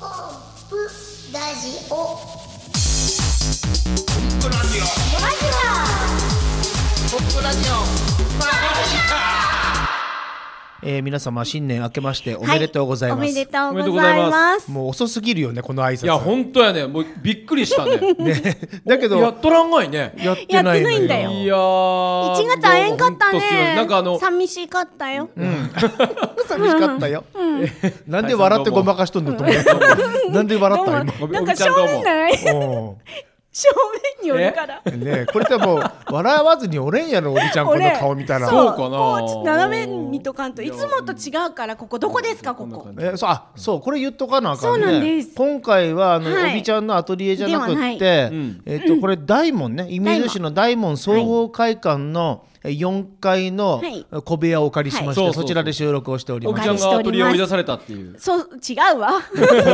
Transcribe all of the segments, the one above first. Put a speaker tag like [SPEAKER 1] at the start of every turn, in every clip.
[SPEAKER 1] ップラジ
[SPEAKER 2] ポッ
[SPEAKER 1] オ
[SPEAKER 2] プラジオポップラジオ
[SPEAKER 3] えー、皆様新年明けましておめでとうございます、
[SPEAKER 4] おめでとう
[SPEAKER 5] おめでとう
[SPEAKER 4] ご
[SPEAKER 5] ござ
[SPEAKER 4] ざ
[SPEAKER 5] い
[SPEAKER 4] い
[SPEAKER 5] ます
[SPEAKER 4] ます。
[SPEAKER 3] もう遅すぎるよねこの挨拶
[SPEAKER 5] いや本当やねもうびっくりしたね
[SPEAKER 3] だけど
[SPEAKER 5] やっとらんがいね
[SPEAKER 3] やってないの
[SPEAKER 4] やってないんだよ
[SPEAKER 5] いやー
[SPEAKER 4] 1月会えんかった
[SPEAKER 5] もうほと強
[SPEAKER 4] ね。
[SPEAKER 5] いなんかあの
[SPEAKER 4] 寂しかったよ。
[SPEAKER 3] 寂しかったよ、 なんで笑ってごまかしとんのと思ったなんで笑った
[SPEAKER 5] おび
[SPEAKER 4] なん
[SPEAKER 5] お
[SPEAKER 4] か
[SPEAKER 5] びちゃ
[SPEAKER 4] 正
[SPEAKER 5] んどう
[SPEAKER 4] 面
[SPEAKER 5] も
[SPEAKER 4] じゃない
[SPEAKER 3] 今お
[SPEAKER 4] 正面におるから。
[SPEAKER 3] ーねえこれってもう笑わずにおれんやろおじちゃんこの顔見たら
[SPEAKER 5] そうかな
[SPEAKER 4] こうちょっと斜めに見とかんといつもと違うからここどこですかここ。
[SPEAKER 3] えそうあそうこれ言っとかなあかんね
[SPEAKER 4] そうなんです
[SPEAKER 3] 今回はあの、
[SPEAKER 4] はい
[SPEAKER 3] おびちゃんのアトリエじゃなく
[SPEAKER 4] ではな
[SPEAKER 3] っ
[SPEAKER 4] い
[SPEAKER 3] て、
[SPEAKER 5] ん
[SPEAKER 3] えっとこれ大門ね射水市の大門総合会館のえ4階の
[SPEAKER 4] はい
[SPEAKER 3] 小部屋をお借りしまして、
[SPEAKER 5] はい
[SPEAKER 3] そちらで収録をしており
[SPEAKER 5] お
[SPEAKER 3] ま
[SPEAKER 5] び
[SPEAKER 3] す
[SPEAKER 5] ちゃんがアトリエを追い出されたっていう
[SPEAKER 4] そう違うわ。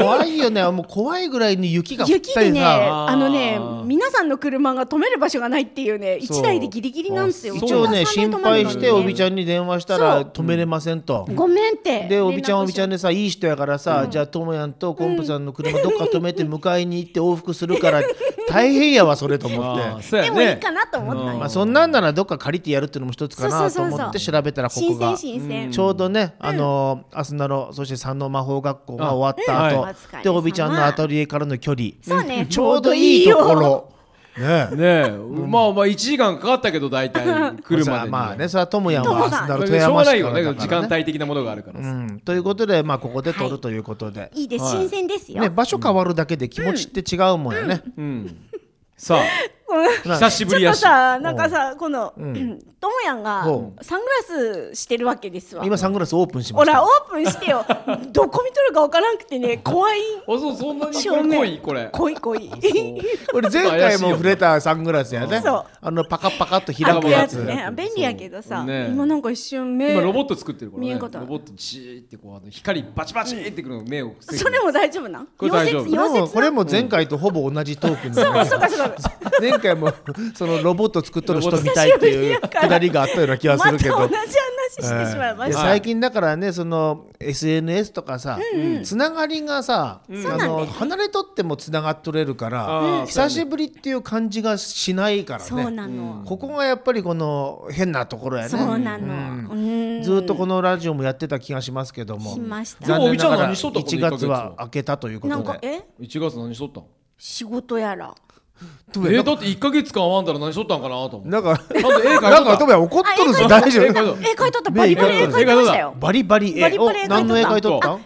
[SPEAKER 3] 怖いよねもう怖いぐらいに雪が降っ
[SPEAKER 4] 雪
[SPEAKER 3] た
[SPEAKER 4] で
[SPEAKER 3] り
[SPEAKER 4] ね
[SPEAKER 3] さ、
[SPEAKER 4] あのね皆さんの車が止める場所がないっていうね
[SPEAKER 3] そう
[SPEAKER 4] 一台でギリギリなんですよ。
[SPEAKER 3] 一応ね
[SPEAKER 4] お母さん
[SPEAKER 3] 心
[SPEAKER 4] が止まる
[SPEAKER 3] 配
[SPEAKER 4] のに
[SPEAKER 3] しておびちゃんに電話したら止めれませんと。
[SPEAKER 4] ごめんって。
[SPEAKER 3] でおびちゃんおびちゃん
[SPEAKER 4] で。
[SPEAKER 3] でさいい人やからさ、じゃあともやんとコンプさんの車どっか止めて迎えに行って往復するから 大変やわそれと思
[SPEAKER 5] あ
[SPEAKER 3] って。
[SPEAKER 5] ーそうや
[SPEAKER 4] でもいい
[SPEAKER 5] ね
[SPEAKER 4] かなと思った
[SPEAKER 5] うん
[SPEAKER 3] ま
[SPEAKER 4] よ。
[SPEAKER 3] あ、そんなんならどっか借りてやるっていうのも一つか
[SPEAKER 4] そう
[SPEAKER 3] なと
[SPEAKER 4] そうそうそう
[SPEAKER 3] 思って調べたらここ
[SPEAKER 4] 新
[SPEAKER 3] が
[SPEAKER 4] 鮮新鮮。
[SPEAKER 3] ちょうどね、あのーアスナロそして三の魔法学校が終わった
[SPEAKER 5] あ
[SPEAKER 3] 後、
[SPEAKER 5] うん
[SPEAKER 4] はい
[SPEAKER 3] でおびちゃんのアトリエからの距離、
[SPEAKER 4] そうね
[SPEAKER 3] ちょうどいいところ。ねえ
[SPEAKER 5] ねえまあまあ1時間かかったけど大体来るまでに
[SPEAKER 3] まあね、それはともやんは
[SPEAKER 4] 友
[SPEAKER 3] アス
[SPEAKER 4] さん
[SPEAKER 3] ナロ富
[SPEAKER 5] だけどしょう
[SPEAKER 3] 山
[SPEAKER 5] が
[SPEAKER 3] 市
[SPEAKER 5] な
[SPEAKER 3] か
[SPEAKER 5] い
[SPEAKER 3] ら
[SPEAKER 5] よね
[SPEAKER 3] だ
[SPEAKER 5] 時
[SPEAKER 3] か
[SPEAKER 5] 間
[SPEAKER 3] らね。
[SPEAKER 5] 帯的なものがあるから
[SPEAKER 3] う
[SPEAKER 5] さ
[SPEAKER 3] ん、ということで、まあ、ここで撮るということで、
[SPEAKER 4] いいです
[SPEAKER 5] はい
[SPEAKER 4] 新鮮ですよ
[SPEAKER 3] ね、。場所変わるだけで気持ちって違うもんよね、
[SPEAKER 5] うん さあ
[SPEAKER 3] ん
[SPEAKER 5] 久しぶ
[SPEAKER 4] ちょ
[SPEAKER 5] り
[SPEAKER 4] っ
[SPEAKER 5] や
[SPEAKER 4] と
[SPEAKER 5] し
[SPEAKER 4] さなんかさこのともやんが
[SPEAKER 3] うん
[SPEAKER 4] サングラスしてるわけですわ
[SPEAKER 3] 今サングラスオープンしま
[SPEAKER 4] ほ
[SPEAKER 3] した
[SPEAKER 4] らオープンしてよ どこ見とるかわからんくてね怖い
[SPEAKER 5] あそうそんなにこ
[SPEAKER 4] 正
[SPEAKER 5] れ
[SPEAKER 4] 面
[SPEAKER 5] 濃いこれ
[SPEAKER 4] 怖い怖い
[SPEAKER 3] 俺前回も触れたサングラスやね
[SPEAKER 4] そう
[SPEAKER 3] あのパカパカっと開
[SPEAKER 4] 開
[SPEAKER 3] く
[SPEAKER 4] く
[SPEAKER 3] や
[SPEAKER 4] や
[SPEAKER 3] つ
[SPEAKER 4] つね便利やけどさ
[SPEAKER 5] そうね
[SPEAKER 4] 今なんか一瞬目
[SPEAKER 5] 今ロボット作ってるからね
[SPEAKER 4] 見えん
[SPEAKER 5] ロ
[SPEAKER 4] ことない
[SPEAKER 5] ボットじーってこうあの光バチバチってくるの目を防ぐ
[SPEAKER 4] それも大丈夫なん
[SPEAKER 5] これ大丈夫
[SPEAKER 3] これ
[SPEAKER 4] 溶
[SPEAKER 3] も
[SPEAKER 4] 接溶接
[SPEAKER 3] これも前回とほぼ同じトークになる
[SPEAKER 4] そうかそうか
[SPEAKER 3] 前回もそのロボット作っとる人みたいっていうくだりがあったような気がす
[SPEAKER 4] また
[SPEAKER 3] る
[SPEAKER 4] 同じ
[SPEAKER 3] けど
[SPEAKER 4] 話してしまいま
[SPEAKER 3] で
[SPEAKER 4] し
[SPEAKER 5] は
[SPEAKER 4] た
[SPEAKER 5] い
[SPEAKER 3] 最近だからねその SNS とかさ、つながりがさ、あの離れとってもつながっとれるから
[SPEAKER 5] あー
[SPEAKER 3] 久しぶりっていう感じがしないから
[SPEAKER 4] そう
[SPEAKER 3] ね
[SPEAKER 4] なの
[SPEAKER 3] ここがやっぱりこの変なところや
[SPEAKER 4] そう
[SPEAKER 3] ね
[SPEAKER 4] なのうん
[SPEAKER 3] ずっとこのラジオもやってた気がしますけども
[SPEAKER 4] しました
[SPEAKER 3] 残念なが
[SPEAKER 5] でもおみちゃん
[SPEAKER 3] ら
[SPEAKER 5] 何しとったこの
[SPEAKER 3] 1月は明けたというこ
[SPEAKER 4] なん
[SPEAKER 3] と
[SPEAKER 4] か
[SPEAKER 3] で
[SPEAKER 4] え
[SPEAKER 5] 1月何しとったん
[SPEAKER 4] 仕事やら
[SPEAKER 5] えだって1か月間会わんだら何しとったんかなと思って
[SPEAKER 3] なんか
[SPEAKER 5] なんで絵描いとった
[SPEAKER 3] なんかトメ怒っとるぞ
[SPEAKER 5] あ
[SPEAKER 3] 大丈
[SPEAKER 5] 絵描いと
[SPEAKER 3] 夫
[SPEAKER 5] っ
[SPEAKER 4] 絵描いとったバリバリ絵
[SPEAKER 3] ね
[SPEAKER 4] 描いてましたよ
[SPEAKER 3] バリバリ絵
[SPEAKER 4] バリバリ絵描いとった
[SPEAKER 3] お何の絵描いとっ
[SPEAKER 4] あ絵
[SPEAKER 3] た
[SPEAKER 4] 描いとっ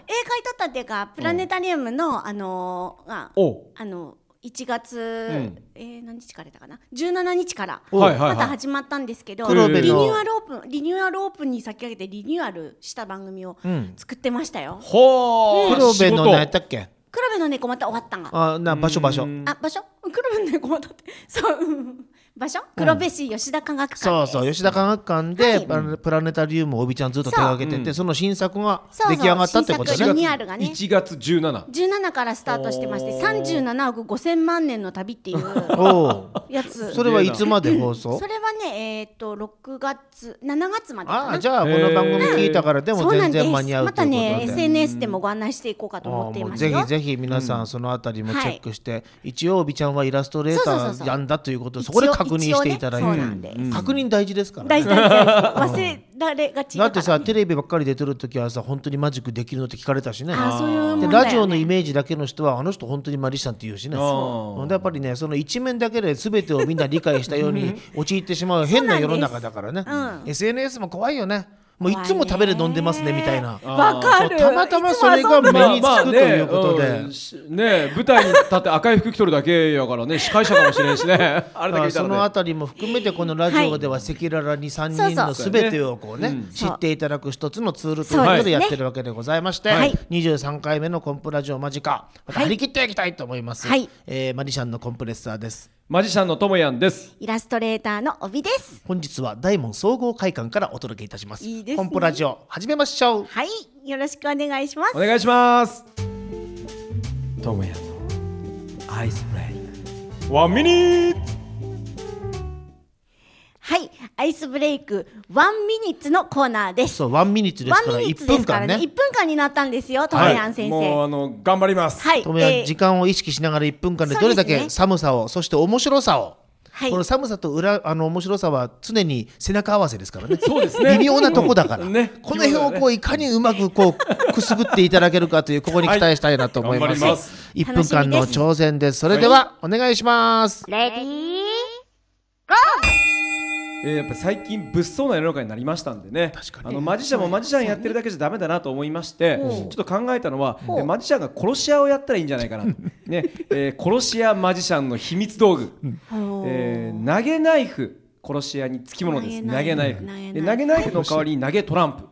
[SPEAKER 4] たっていうかプラネタリウムのあのーあ
[SPEAKER 5] おう
[SPEAKER 4] あの1月、
[SPEAKER 5] ん
[SPEAKER 4] えー何日からだかな17日から
[SPEAKER 5] おはいはいは
[SPEAKER 4] ま
[SPEAKER 5] い
[SPEAKER 4] た始まったんですけど、
[SPEAKER 3] 黒部の
[SPEAKER 4] リニューアルオープンリニューアルオープンに先駆けてリニューアルした番組を
[SPEAKER 3] ん
[SPEAKER 4] 作ってましたよ、
[SPEAKER 5] ほー
[SPEAKER 3] 黒部の
[SPEAKER 5] 仕事
[SPEAKER 3] 何やったっけ
[SPEAKER 4] 黒部の猫また終わったんがあ
[SPEAKER 3] あな場所場所
[SPEAKER 4] 場所黒部の猫またって そううん場所黒部市吉田科学館
[SPEAKER 3] そうそう吉田科学館で
[SPEAKER 4] はい
[SPEAKER 3] プラネプラネタリウムをおびちゃんずっと手がけててその新作が
[SPEAKER 4] そうそ
[SPEAKER 3] 出
[SPEAKER 4] う
[SPEAKER 3] 来上がったってこと
[SPEAKER 4] 新作
[SPEAKER 3] ね
[SPEAKER 4] リニューアルがね
[SPEAKER 5] 1月17
[SPEAKER 4] 17からスタートしてまして
[SPEAKER 5] おー
[SPEAKER 4] 37億5000万年の旅っていう
[SPEAKER 3] おう
[SPEAKER 4] やつ
[SPEAKER 3] それはいつまで放送
[SPEAKER 4] それはねえっ、と6月7月までか
[SPEAKER 3] あ
[SPEAKER 4] な
[SPEAKER 3] あじゃあこの番組聞いたからでも
[SPEAKER 4] そう
[SPEAKER 3] 全
[SPEAKER 4] なんです
[SPEAKER 3] 然間に合う
[SPEAKER 4] ま
[SPEAKER 3] と
[SPEAKER 4] た
[SPEAKER 3] いうことで
[SPEAKER 4] ね SNS でもご案内していこうかと思ってい
[SPEAKER 3] も
[SPEAKER 4] ま
[SPEAKER 3] う
[SPEAKER 4] す
[SPEAKER 3] ぜ
[SPEAKER 4] よ
[SPEAKER 3] ひぜひ皆さんそのあたりもチェックして、一応おびちゃんはイラストレー
[SPEAKER 4] そうそ
[SPEAKER 3] タ
[SPEAKER 4] うそうそ
[SPEAKER 3] ー
[SPEAKER 4] う
[SPEAKER 3] やんだということをそこで確認していただいて、
[SPEAKER 4] 一応ねそうなんです
[SPEAKER 3] うん確認大事ですから、
[SPEAKER 4] 大事大事忘れられがち
[SPEAKER 3] だ
[SPEAKER 4] だ
[SPEAKER 3] ってさテレビばっかり出てる時はさ本当にマジックできるのって聞かれたしね
[SPEAKER 4] あーそういうもんだ
[SPEAKER 3] で
[SPEAKER 4] よね
[SPEAKER 3] ラジオのイメージだけの人はあの人本当にマリシャンって言うしね
[SPEAKER 5] あー
[SPEAKER 3] うんでやっぱりねその一面だけで全てをみんな理解したように陥ってしまう変な世の中だからね、SNS も怖いよねもういつも食べる飲んでますねみたいな。
[SPEAKER 4] わかる
[SPEAKER 3] たまたまそれが目につくということで。
[SPEAKER 5] うんしね舞台に立って赤い服着とるだけやからね司会者かもしれんしねあれだけ見た
[SPEAKER 3] そ
[SPEAKER 5] ら
[SPEAKER 3] の
[SPEAKER 5] ね
[SPEAKER 3] あたりも含めてこのラジオでは赤裸々に3
[SPEAKER 4] そう
[SPEAKER 3] 人
[SPEAKER 4] そ
[SPEAKER 3] の
[SPEAKER 4] う
[SPEAKER 3] すべてをこうね知
[SPEAKER 4] そう
[SPEAKER 3] っていただく一つのツールということ
[SPEAKER 5] そ
[SPEAKER 3] で
[SPEAKER 4] で
[SPEAKER 5] う
[SPEAKER 4] す
[SPEAKER 3] や
[SPEAKER 4] ね
[SPEAKER 3] ってるわけでございまして
[SPEAKER 4] はい
[SPEAKER 3] 23回目のコンプラジオ間近また張り切っていきたいと思います
[SPEAKER 4] はい
[SPEAKER 3] えーマリシャンのコンプレッサーです
[SPEAKER 5] マジシャンのともやんです
[SPEAKER 4] イラストレーターの帯です
[SPEAKER 3] 本日は大門総合会館からお届けいたします
[SPEAKER 4] いいですね
[SPEAKER 3] コンプラジオ始めましょう
[SPEAKER 4] はいよろしくお願いします
[SPEAKER 5] お願いしますともやんのアイスブレイワンミニッツ
[SPEAKER 4] はいアイスブレイクワンミニッツのコーナーです。
[SPEAKER 3] そうワンミニッツですから
[SPEAKER 4] ワンミニッ
[SPEAKER 3] 1
[SPEAKER 4] ツで
[SPEAKER 3] 分
[SPEAKER 4] すから
[SPEAKER 3] 間
[SPEAKER 4] ね。
[SPEAKER 3] ね
[SPEAKER 4] 一分間になったんですよ、トメヤン先
[SPEAKER 5] もう
[SPEAKER 4] 生。
[SPEAKER 5] あの頑張ります。
[SPEAKER 4] はい。
[SPEAKER 3] ともや
[SPEAKER 4] えー
[SPEAKER 3] 時間を意識しながら1分間で
[SPEAKER 4] そう
[SPEAKER 3] どれだ
[SPEAKER 4] です
[SPEAKER 3] け
[SPEAKER 4] ね
[SPEAKER 3] 寒さをそして面白さを、
[SPEAKER 4] はい
[SPEAKER 3] この寒さと裏あの面白さは常に背中合わせですからね
[SPEAKER 5] そうですね
[SPEAKER 3] 微妙なとこだから、
[SPEAKER 5] うんね
[SPEAKER 3] この辺をこういかにうまくこうくすぐっていただけるかというここに期待したいなと思います,、
[SPEAKER 5] はい頑張ります
[SPEAKER 3] 1分間の挑戦ですそれではお願いします、
[SPEAKER 1] レディー
[SPEAKER 5] えーやっぱ最近物騒な世の中になりましたんでね
[SPEAKER 3] 確かに
[SPEAKER 5] あのマジシャンもマジシャンやってるだけじゃダメだなと思いましてちょっと考えたのはえマジシャンが殺し屋をやったらいいんじゃないかなとね、えー殺し屋マジシャンの秘密道具、えー投げナイフ殺し屋につきものです投
[SPEAKER 4] 投
[SPEAKER 5] げ
[SPEAKER 4] げ
[SPEAKER 5] ナ
[SPEAKER 4] ナ
[SPEAKER 5] イ
[SPEAKER 4] イ
[SPEAKER 5] フ
[SPEAKER 4] フ
[SPEAKER 5] で
[SPEAKER 4] 投げナイフ
[SPEAKER 5] 投げナイフの代わりに投げトランプ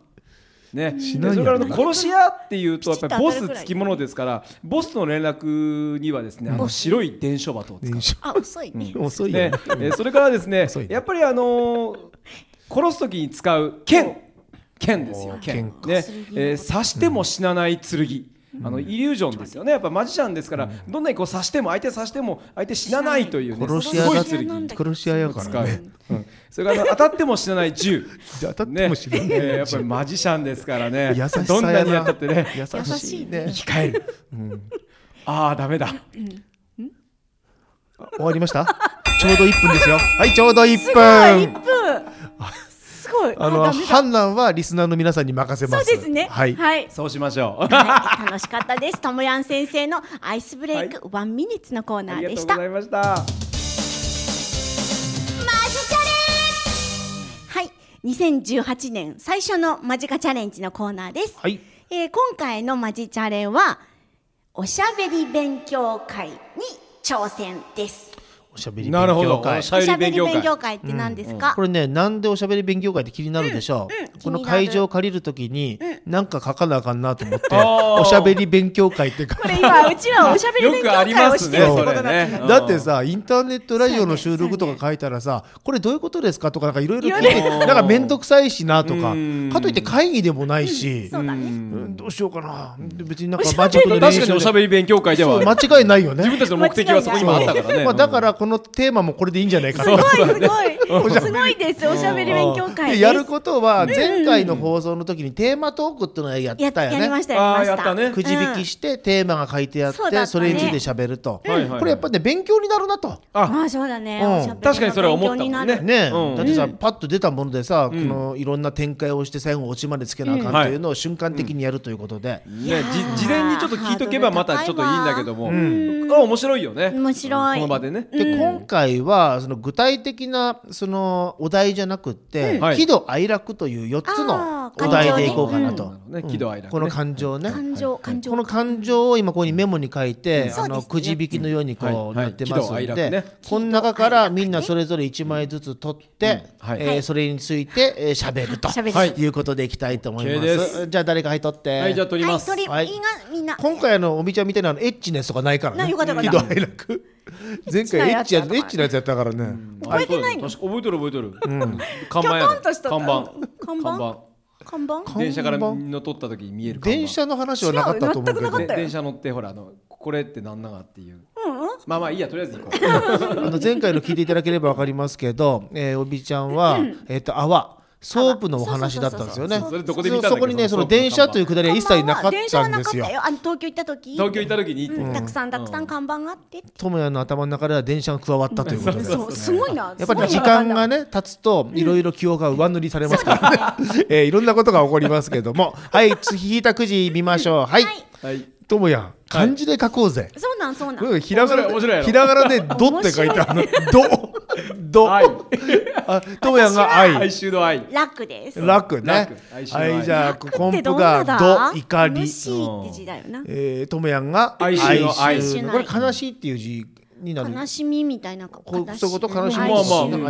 [SPEAKER 5] ね、
[SPEAKER 3] し
[SPEAKER 5] で
[SPEAKER 3] ない
[SPEAKER 5] そ
[SPEAKER 3] や
[SPEAKER 5] れ
[SPEAKER 3] ろ
[SPEAKER 5] からあの殺し屋っていうとやっぱりボス
[SPEAKER 4] きちっと当たるくら
[SPEAKER 5] つ
[SPEAKER 4] い
[SPEAKER 5] きものですからボスとの連絡にはですねあの白い伝書鳩を使う
[SPEAKER 3] よいし
[SPEAKER 4] あ、遅いね。
[SPEAKER 3] ょ遅いよね
[SPEAKER 5] ね、えーそれからですね
[SPEAKER 3] 遅い、ね
[SPEAKER 5] やっぱりあのー殺す時に使う剣、剣ですよ。剣ね、えー刺しても死なない剣。あのイリュージョンですよねやっぱマジシャンですから、どんなにこう刺しても相手刺しても相手死なないというね
[SPEAKER 3] 殺し
[SPEAKER 5] す
[SPEAKER 3] 屋
[SPEAKER 5] ごい
[SPEAKER 3] だ
[SPEAKER 5] 剣
[SPEAKER 4] なんだ
[SPEAKER 3] 殺し屋やから
[SPEAKER 5] 使う
[SPEAKER 3] ね、
[SPEAKER 5] うんそれからあの当たっても死なない銃
[SPEAKER 3] 当たっても死なない
[SPEAKER 5] ねえーやっぱりマジシャンですからね
[SPEAKER 3] 優しさやな
[SPEAKER 5] どんなにやったってね
[SPEAKER 3] 優しいね
[SPEAKER 5] 生き返る、ああダメだ
[SPEAKER 3] 終わりました ちょうど1分ですよはいちょうど1
[SPEAKER 4] あ、一
[SPEAKER 3] 分
[SPEAKER 4] 分。すごい。
[SPEAKER 3] あの
[SPEAKER 4] ダメだ
[SPEAKER 3] 判断はリスナーの皆さんに任せ
[SPEAKER 4] そ
[SPEAKER 3] ま
[SPEAKER 4] う
[SPEAKER 3] す
[SPEAKER 4] ですね。
[SPEAKER 3] はい、
[SPEAKER 4] はい。
[SPEAKER 5] そうしましょう
[SPEAKER 4] はい楽しかったです。ともやん先生のアイスブレイクワンミニッツのコーナ
[SPEAKER 5] あ
[SPEAKER 4] ーで
[SPEAKER 5] りがと
[SPEAKER 4] し
[SPEAKER 5] う
[SPEAKER 4] た。
[SPEAKER 5] ございました
[SPEAKER 4] はい、2018年最初のマジカチャレンジのコーナーです。
[SPEAKER 3] はい
[SPEAKER 4] えー今回のマジチャレはおしゃべり勉強会に挑戦です。
[SPEAKER 3] おしゃべり
[SPEAKER 5] な
[SPEAKER 3] 勉
[SPEAKER 5] るほど
[SPEAKER 3] 強会
[SPEAKER 5] おし
[SPEAKER 4] お
[SPEAKER 5] ゃ
[SPEAKER 4] しゃべ
[SPEAKER 5] べり
[SPEAKER 4] り勉
[SPEAKER 5] 勉強
[SPEAKER 4] 強
[SPEAKER 5] 会
[SPEAKER 4] 会って何ですか
[SPEAKER 3] こ？れねなんでおしゃべり勉強会って気になるでしょう、この
[SPEAKER 4] 気になる
[SPEAKER 3] 会場借りるときになんか書かなあかんなと思って
[SPEAKER 5] あー
[SPEAKER 3] おしゃべり勉強会って書
[SPEAKER 4] これ今うちらおしゃべり
[SPEAKER 5] よ
[SPEAKER 4] 勉強
[SPEAKER 5] くあり
[SPEAKER 4] 会
[SPEAKER 5] ま
[SPEAKER 4] をし
[SPEAKER 5] す
[SPEAKER 4] て
[SPEAKER 5] ね
[SPEAKER 4] るって
[SPEAKER 5] そ
[SPEAKER 4] こと
[SPEAKER 5] れ
[SPEAKER 4] だ。
[SPEAKER 5] ね
[SPEAKER 3] だってさインターネットラジオの収録とか書いたらさこれどういうことですかとかなんかいろいろ聞いて
[SPEAKER 5] いろいろ
[SPEAKER 3] なんか面倒くさいしなとか
[SPEAKER 5] うん
[SPEAKER 3] かといって会議でもないし、
[SPEAKER 4] そうだね。
[SPEAKER 3] うんどうしようかな別になんかマジックの練
[SPEAKER 5] 確かに
[SPEAKER 3] 習
[SPEAKER 5] おしゃ
[SPEAKER 3] で
[SPEAKER 5] べり勉強会では自
[SPEAKER 3] 間違いないよね
[SPEAKER 5] 分たちの目的はそこに今あったからね、
[SPEAKER 3] まあ、だからこのテーマもこれでいいんじゃないか
[SPEAKER 4] す
[SPEAKER 3] な
[SPEAKER 4] ごいすごいすごいです。おしゃべり勉強会で。
[SPEAKER 3] ですやることは前回の放送の時にテーマトークっていうのをやっ
[SPEAKER 4] や
[SPEAKER 3] たよ
[SPEAKER 4] やりま
[SPEAKER 3] ね
[SPEAKER 4] し。たやりました。
[SPEAKER 5] あーやったね
[SPEAKER 3] くじ引きしてテーマが書いてあっ
[SPEAKER 4] そうだった
[SPEAKER 3] て
[SPEAKER 4] ね
[SPEAKER 3] それについて喋ると
[SPEAKER 5] はいはいはい
[SPEAKER 3] これやっぱね勉強になるなと。
[SPEAKER 5] あ
[SPEAKER 4] まあそうだね。
[SPEAKER 3] うん
[SPEAKER 4] おしゃべりの
[SPEAKER 5] 確かにそれは思ったもんね
[SPEAKER 4] 勉強になる
[SPEAKER 3] ね
[SPEAKER 5] うん
[SPEAKER 3] だってさパッと出たものでさこのいろんな展開をして最後オチまでつけなあかんというのを瞬間的にやるということで
[SPEAKER 5] ね、じ事前にちょっと聞いとけばまたちょっといいんだけども、あ面白いよね
[SPEAKER 4] 面白い
[SPEAKER 5] この場でね、
[SPEAKER 3] で今回はその具体的なそのお題じゃなくって
[SPEAKER 5] はい
[SPEAKER 3] 喜怒哀楽という4つの
[SPEAKER 4] あー
[SPEAKER 3] お題でいこうかなと
[SPEAKER 5] 感。情ね喜怒哀楽ね
[SPEAKER 3] この感情ね。
[SPEAKER 4] 感情感情
[SPEAKER 3] この感情を今ここにメモに書いて、
[SPEAKER 4] そうです
[SPEAKER 3] あ
[SPEAKER 4] ね
[SPEAKER 3] のくじ引きのように
[SPEAKER 5] うんは
[SPEAKER 3] こ
[SPEAKER 5] いう
[SPEAKER 3] なってますの
[SPEAKER 5] はい喜怒哀楽
[SPEAKER 3] で、
[SPEAKER 5] ね
[SPEAKER 3] この中からみんなそれぞれ1枚ずつ取って、
[SPEAKER 5] うんはい
[SPEAKER 3] えー
[SPEAKER 5] は
[SPEAKER 3] それについてえー喋ると、
[SPEAKER 4] 喋る
[SPEAKER 5] はい
[SPEAKER 3] い、うことでいきたいと思いま
[SPEAKER 5] OK
[SPEAKER 3] す。
[SPEAKER 5] です
[SPEAKER 3] じゃあ誰か入っとって。
[SPEAKER 5] はいじゃあ撮り
[SPEAKER 4] は
[SPEAKER 5] ま
[SPEAKER 4] い、
[SPEAKER 5] す、
[SPEAKER 4] それいいが
[SPEAKER 3] はい
[SPEAKER 4] みんな。
[SPEAKER 3] 今回あのおみちゃんみたいなあのエッチなやつとかないから
[SPEAKER 4] な
[SPEAKER 3] ね。
[SPEAKER 4] よかったよ
[SPEAKER 3] 喜
[SPEAKER 4] か
[SPEAKER 3] 怒
[SPEAKER 4] った
[SPEAKER 3] 哀楽。前回エッチやエッチなやつやったからね。
[SPEAKER 5] 覚
[SPEAKER 4] えてないの
[SPEAKER 5] 覚えてる覚えてる、看
[SPEAKER 4] キ
[SPEAKER 5] 板や
[SPEAKER 4] ョ
[SPEAKER 5] ろ
[SPEAKER 4] トンとした
[SPEAKER 5] 看板
[SPEAKER 4] 看板看板
[SPEAKER 3] 板
[SPEAKER 5] 電車からの撮った時に見える看板
[SPEAKER 3] 電車の話はなかったと思うけ
[SPEAKER 4] 違う全くな
[SPEAKER 3] ど
[SPEAKER 4] かっ
[SPEAKER 5] で
[SPEAKER 4] たよ
[SPEAKER 5] 電車乗ってほらあのこれってなんながっていう
[SPEAKER 4] うんうん。
[SPEAKER 5] まあまあいいやとりあえず行こう
[SPEAKER 3] あの前回の聞いていただければわかりますけど、えー、おびちゃんは、えっ、と泡ソープのお話だったんですよね。
[SPEAKER 5] そうそうそうそうそれどこで見たんだっけ
[SPEAKER 3] そこにね
[SPEAKER 5] そ
[SPEAKER 3] そ
[SPEAKER 5] の
[SPEAKER 3] の電車というくだりは一切なかっ
[SPEAKER 4] 電車
[SPEAKER 3] た
[SPEAKER 4] は
[SPEAKER 3] ん
[SPEAKER 4] な
[SPEAKER 3] で
[SPEAKER 4] かっ
[SPEAKER 3] すよ
[SPEAKER 4] た。よ。あの東京行った時。
[SPEAKER 5] 東京行った時に、
[SPEAKER 4] たくさんたくさん看板があって。
[SPEAKER 3] 智也の頭の中では電車が加わったということで。
[SPEAKER 4] そうすごいな。
[SPEAKER 3] やっぱり時間がね経つといろいろ記憶が上塗りされますから、 えーいろんなことが起こりますけどもはいつ引いたくじ見ましょうはい
[SPEAKER 4] はい
[SPEAKER 5] はい
[SPEAKER 3] 智也漢字で書こうぜ、
[SPEAKER 4] すごいな。そうなんそうなん。
[SPEAKER 3] うんひらがな
[SPEAKER 5] 面白い面白い
[SPEAKER 3] で
[SPEAKER 5] やろ
[SPEAKER 3] ひらがなで「ど」って書いてある「ど」「ど」
[SPEAKER 5] 愛
[SPEAKER 3] あ智也が「愛」
[SPEAKER 5] 哀愁の愛
[SPEAKER 4] 楽です。
[SPEAKER 3] 楽ね
[SPEAKER 5] 楽。哀愁の愛
[SPEAKER 3] はい、じゃあ、
[SPEAKER 4] 楽
[SPEAKER 3] コ
[SPEAKER 4] っ
[SPEAKER 3] ン
[SPEAKER 4] て
[SPEAKER 3] プ
[SPEAKER 4] どんな
[SPEAKER 3] が
[SPEAKER 4] だ
[SPEAKER 3] ど、怒り
[SPEAKER 4] 無。視って字だよな。
[SPEAKER 3] えー、トムヤンが
[SPEAKER 5] 哀愁の愛
[SPEAKER 3] 哀愁のこれ悲しいっていう字になる。
[SPEAKER 4] 悲しみみたいなこ
[SPEAKER 3] こうそういうこと悲しみ。
[SPEAKER 5] まあまあ